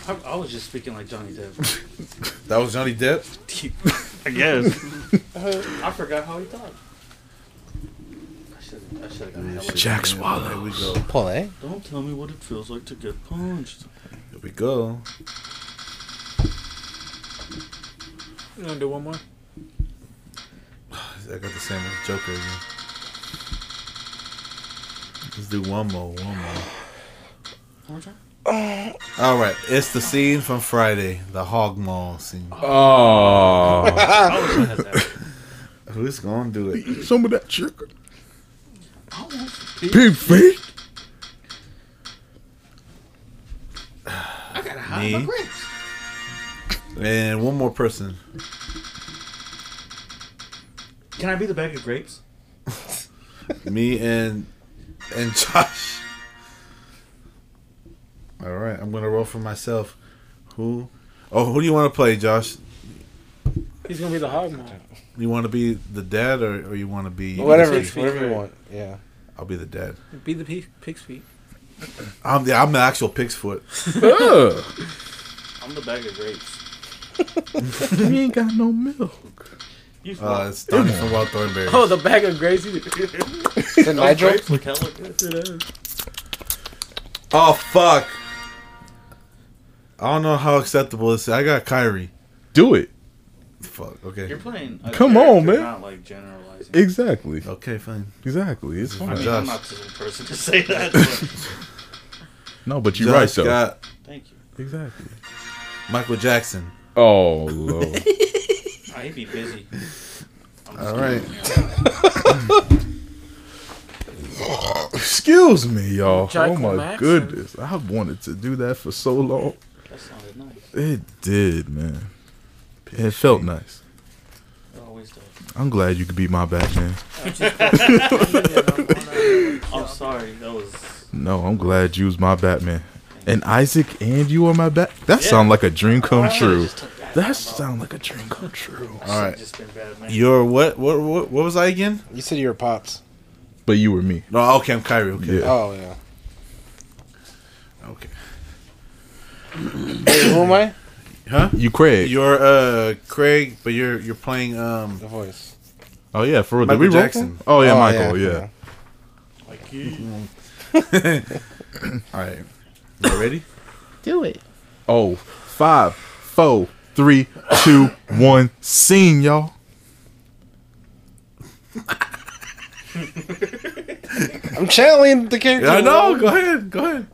I, I was just speaking like Johnny Depp.
That was Johnny Depp.
I guess.
I forgot how he talked. I should I should have got hella.
Jack
There
Swallow.
we go.
Paul, eh?
Don't tell me what it feels like to get punched.
There we go.
You gonna do one more?
I got the same with Joker again. Let's do one more, one more. All right, it's the scene from Friday, the Hog Mall scene.
Oh,
Who's gonna do it?
some of that chicken. Pig feet.
Me.
grapes.
And one more person.
Can I be the bag of grapes?
Me and and Josh. All right, I'm gonna roll for myself. Who? Oh, who do you want to play, Josh?
He's gonna be the hog man.
You want to be the dad, or, or you want to be
Whatever, whatever you want,
Yeah, I'll be the dad.
Be the pig, pig's feet.
I'm the I'm the actual pig's foot. Uh,
I'm the bag of grapes.
you ain't got no milk.
Uh, it's Donnie from Wild Thornberry.
Oh, the bag of grapes. Is
it Nigel? grapes look hella
Oh fuck! I don't know how acceptable this. is. I got Kyrie.
Do it.
Fuck. Okay.
You're playing. a
Come
character,
on, man.
Not like generalizing.
Exactly.
Okay, fine.
Exactly. It's
I
fine.
I mean, I'm not the person to say that.
No, but you're
Josh
right though.
got
Thank you.
Exactly.
Michael Jackson.
Oh lord.
I would be busy.
All right.
Excuse me, y'all.
Jack
oh my
Jackson.
goodness, I wanted to do that for so long.
That sounded nice.
It did, man. It felt nice.
It always does.
I'm glad you could be my back, man.
I'm sorry. That was.
No, I'm glad you was my Batman. And Isaac and you are my bat. That
Yeah. Oh,
sound like a dream come true.
That
sound like a dream come true.
All right.
Just been bad, man.
You're what? What? What? What was I again?
You said you were pops.
But you were me.
No. Okay, I'm Kyrie. Okay.
Yeah.
Oh yeah.
Okay.
Wait, who am I?
Huh?
You Craig.
You're uh Craig, but you're you're playing um
The voice.
oh yeah, for real. Did we
Michael
roll
Jackson.
for- Oh yeah,
Oh,
Michael.
yeah.
Yeah.
Like you.
All right. You ready?
Do it.
Oh, five, four, three, two, one. Scene, y'all.
I'm channeling the character. Oh.
I know. Go ahead. Go ahead.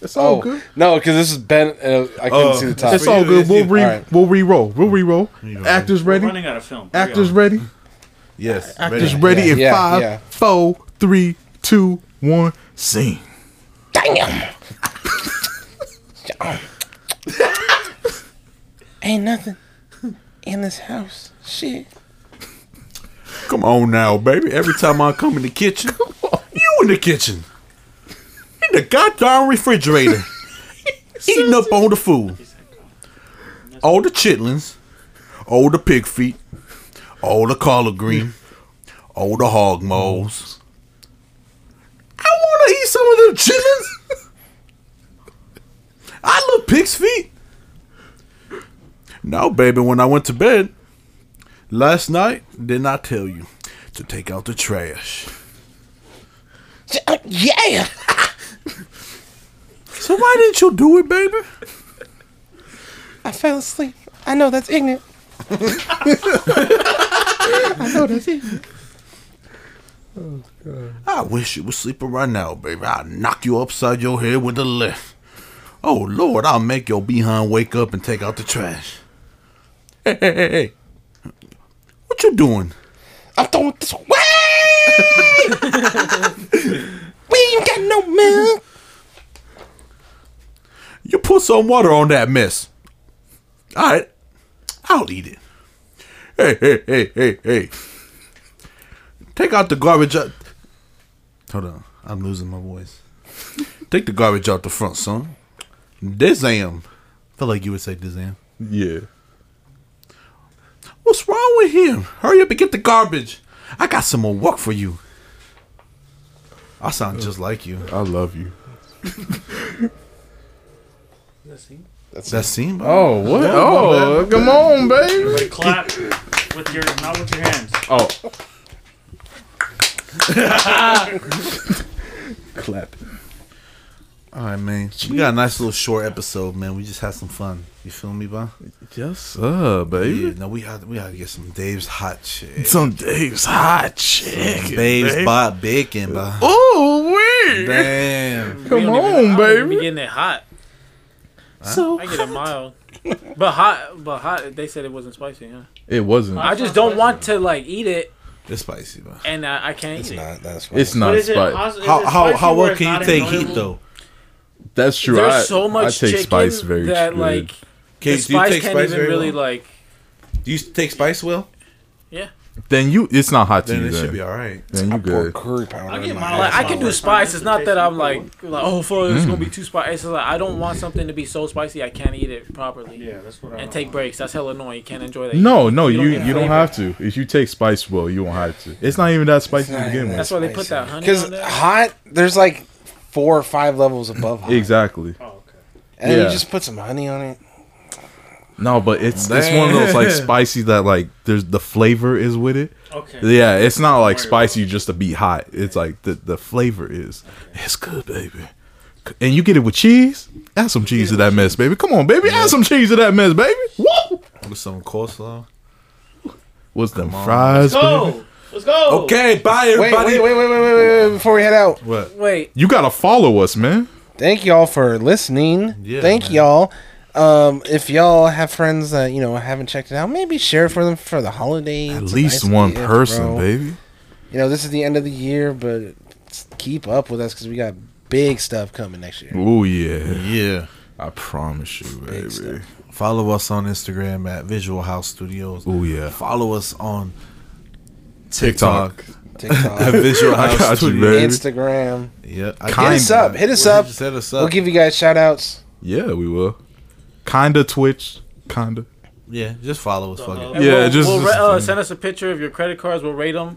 It's all
Oh
good.
no, because this is Ben. Uh, I couldn't
Oh.
see the top.
It's all
you,
good.
it's
We'll
you.
re
Alright.
we'll re-roll. We'll re-roll.
You go.
Actors
We're
ready.
running out of film. Hurry
Actors
up.
ready.
Yes.
Actors ready.
Yeah,
in
yeah,
five,
yeah.
four, three, two, one. Scene.
Damn. Ain't nothing in this house. Shit.
Come on now, baby. Every time I come in the kitchen, you in the kitchen, in the goddamn refrigerator, eating up on the food, all the chitlins, all the pig feet, all the collard green, all the hog maws. I want to eat some of them chitlins. I love pig's feet. No, baby. When I went to bed. Last night, didn't I tell you to take out the trash?
Uh, Yeah.
So why didn't you do it, baby?
I fell asleep. I know that's ignorant. I know that's ignorant.
I wish you was sleeping right now, baby. I'll knock you upside your head with the left. Oh Lord, I'll make your behind wake up and take out the trash. Hey, hey, hey, hey. What you doing?
I'm throwing this away. we ain't got no milk.
You put some water on that mess. Alright. I'll eat it. Hey, hey, hey, hey, hey. Take out the garbage out. Hold on. I'm losing my voice. Take the garbage out the front, son. Dizam. Feel like you would say Dizam.
Yeah.
What's wrong with him? Hurry up and get the garbage. I got some more work for you. I sound just like you.
I love you.
That scene? bro?
Oh what? Oh, come on, baby.
Everybody clap with your not with your hands.
Oh. Clap.
All right, man. We got a nice little short episode, man. We just had some fun. You feel me, bro?
Yes, uh, baby.
Yeah, no, we had we had to get some Dave's hot shit.
Some Dave's hot chicken.
Dave's bought bacon, bro.
Oh, wait.
Damn.
Come on,
Be
baby.
getting it hot.
So
I get it mild, but hot. But hot. They said it wasn't spicy. Huh?
it wasn't.
I just don't want to like eat it,
It's spicy, bro.
and I, I can't
It's
eat it.
not. That's
It's
fine.
not
is it
spicy.
hos- is it
How how
spicy
how
where
well
it's
can
not
you take heat
enjoyable?
though?
That's true.
There's
I,
so much
I take
chicken
spice very
that
good.
like
Okay,
the
do you
spice
take
can't
spice
even
very
really
well?
like.
Do you take spice well?
Yeah,
then you it's not hot to
Then
you.
it
Then,
should be all right.
then you
Pour
good.
curry powder
I'll
in
get
my
my
ass.
like I can do
Solid.
spice. It's not that I'm like, like oh, fuck, it's gonna
Mm.
be too spicy. It's like I don't want something to be so spicy I can't eat it properly.
Yeah, that's what I.
And take breaks. That's hell annoying. You can't enjoy that.
No, no,
You
you
don't
you,
get
don't
flavor.
have to. If you take spice well, you won't have to. It's not even that spicy to
not
begin
even
with.
That's why they put that honey
Because
on there.
hot, there's like four or five levels above hot.
Exactly.
Oh, okay.
And then
yeah.
you just put some honey on it.
No, but it's it's one of those like spicy that like there's the flavor is with it.
Okay.
Yeah, it's not like
worry
spicy just to be hot. It's like the the flavor is. It's good, baby. And you get it with cheese. Add some cheese to that mess, baby. Come on, baby. Add some cheese to that mess, baby. Woo!
With some coleslaw.
What's them fries, baby?
Go. Let's go.
Okay, bye
Wait,
everybody.
wait, wait, wait, wait, wait, wait, wait, before we head out.
What?
Wait,
You gotta follow us, man.
Thank y'all for listening.
Yeah,
Thank
man.
y'all. Um, if y'all have friends that you know haven't checked it out, maybe share for them for the holidays.
At
It's a
least
nice
one
gift,
person,
bro.
baby.
You know, this is the end of the year, but keep up with us because we got big stuff coming next year.
Oh yeah,
Yeah.
I promise you, baby.
stuff.
Follow us on Instagram at Visual House Studios.
Oh yeah,
Follow us on
TikTok.
TikTok at
TikTok,
Visual
I
House
got you,
Studios.
baby.
Instagram.
Yeah, I
Hit us
up, hit us
Well,
up.
just Hit us up.
We'll give you guys shout outs.
Yeah, we will. Kinda Twitch, kinda.
yeah, just follow us. Fuck it.
And
Yeah,
we'll,
just-
we'll
just-
ra- uh, send us a picture of your credit cards. We'll rate them.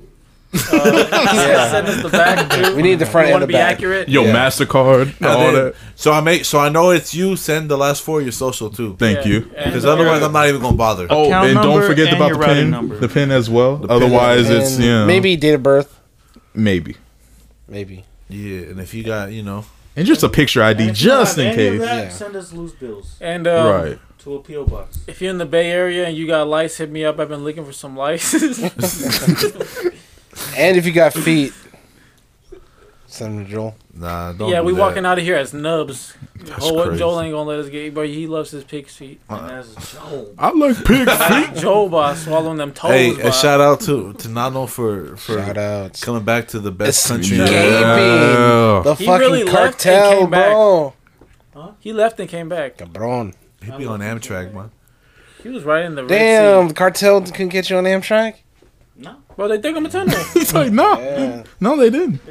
Uh, Send us the back. Too.
We need the front
We
and
want
the
to be
back.
accurate.
Yo, Mastercard,
And
all
then-
that.
So I make so I know it's you. Send the last four of your social too,
Thank
Yeah.
you.
And uh,
because
the-
otherwise I'm not even gonna bother.
Oh,
Account
and don't
number
forget
and
about
your
the
routing
pin.
number.
The pin as well.
pin
Otherwise, it's
And
yeah.
Maybe date of birth.
maybe,
Maybe.
Yeah, and if you got you know,
and just a picture ID
And if you
just
have
in
any of
case.
that,
Yeah.
Send us loose bills
And um,
right.
to a PO box.
if you're in the Bay Area and you got lice, hit me up. I've been looking for some lice.
And if you got feet, send them to Joel.
nah, don't.
yeah,
do
we
that.
walking out of here as nubs. Oh, what-
crazy. Uh,
Joel ain't gonna let us get. But he loves his pig's feet.
And that's Joel.
I like pig feet.
Joel by swallowing them toes.
Hey,
uh,
by-
a shout out to to Nano for for
Shout outs.
coming back to the best
It's
country.
gay.
in the world.
Yeah.
The
He
fucking
really left and
cartel,
came back.
bro.
He left and came back.
Cabron.
He be on Amtrak, man.
He was right in the Red
Damn,
Sea.
the cartel couldn't get you on Amtrak?
Bro, they took him a tunnel.
He's like, no,
Yeah.
no, they didn't.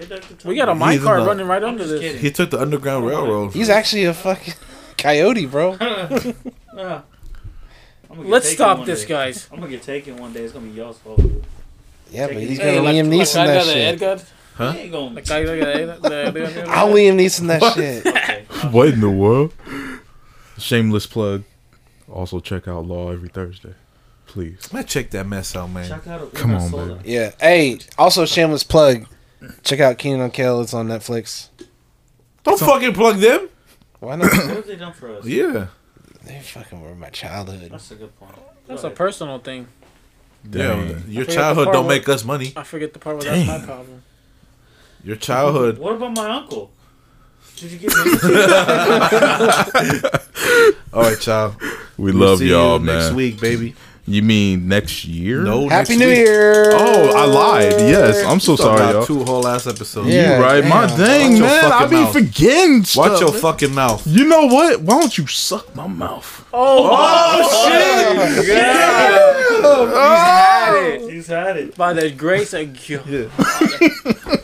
we got a
He's
mine
in
cart
the-
running right
I'm
under
just
this.
kidding.
He took the Underground Railroad.
He's actually a fucking coyote, bro.
Ah. I'm gonna get
Let's
taken
stop
one
this,
day.
guys.
I'm gonna get taken one day. It's gonna be y'all's fault.
Yeah, but he's
Hey,
gonna
like-
Liam
like
Neeson
I
that
got a
shit.
Edgar.
Huh? He ain't gonna.
Like I got a Edgar. The- the- the-
I'll Liam Neeson that shit.
okay.
What in the world? Shameless plug. Also check out Law every Thursday, please.
Man, check that mess out, man.
Check out
Come on,
Soda.
Yeah. Hey, also shameless plug. Check out Keenan on Kale. It's on Netflix.
Don't fucking plug them.
Why not?
What have they done for us?
Yeah,
they fucking were my childhood.
That's a good point.
That's a personal thing.
yeah.
Dang.
Your
the
childhood
part
don't
where-
make us money.
I forget the part where that's my problem.
Your childhood.
What about my uncle? Did you get him?
All right, child.
We
We'll
love
see
y'all,
you
man.
Next week, baek
You mean next year?
No, next
Happy New
week.
Year.
Oh, I lied. Yes, I'm so
We're talking
sorry,
about
y'all.
Two whole ass episodes.
Yeah.
You right? My
damn.
dang
Watch your
man, I
fucking
be
mouth.
forgetting stuff.
Watch your
man.
fucking mouth.
You know what? Why don't you suck my mouth?
He's had it.
Oh!
By the grace of God.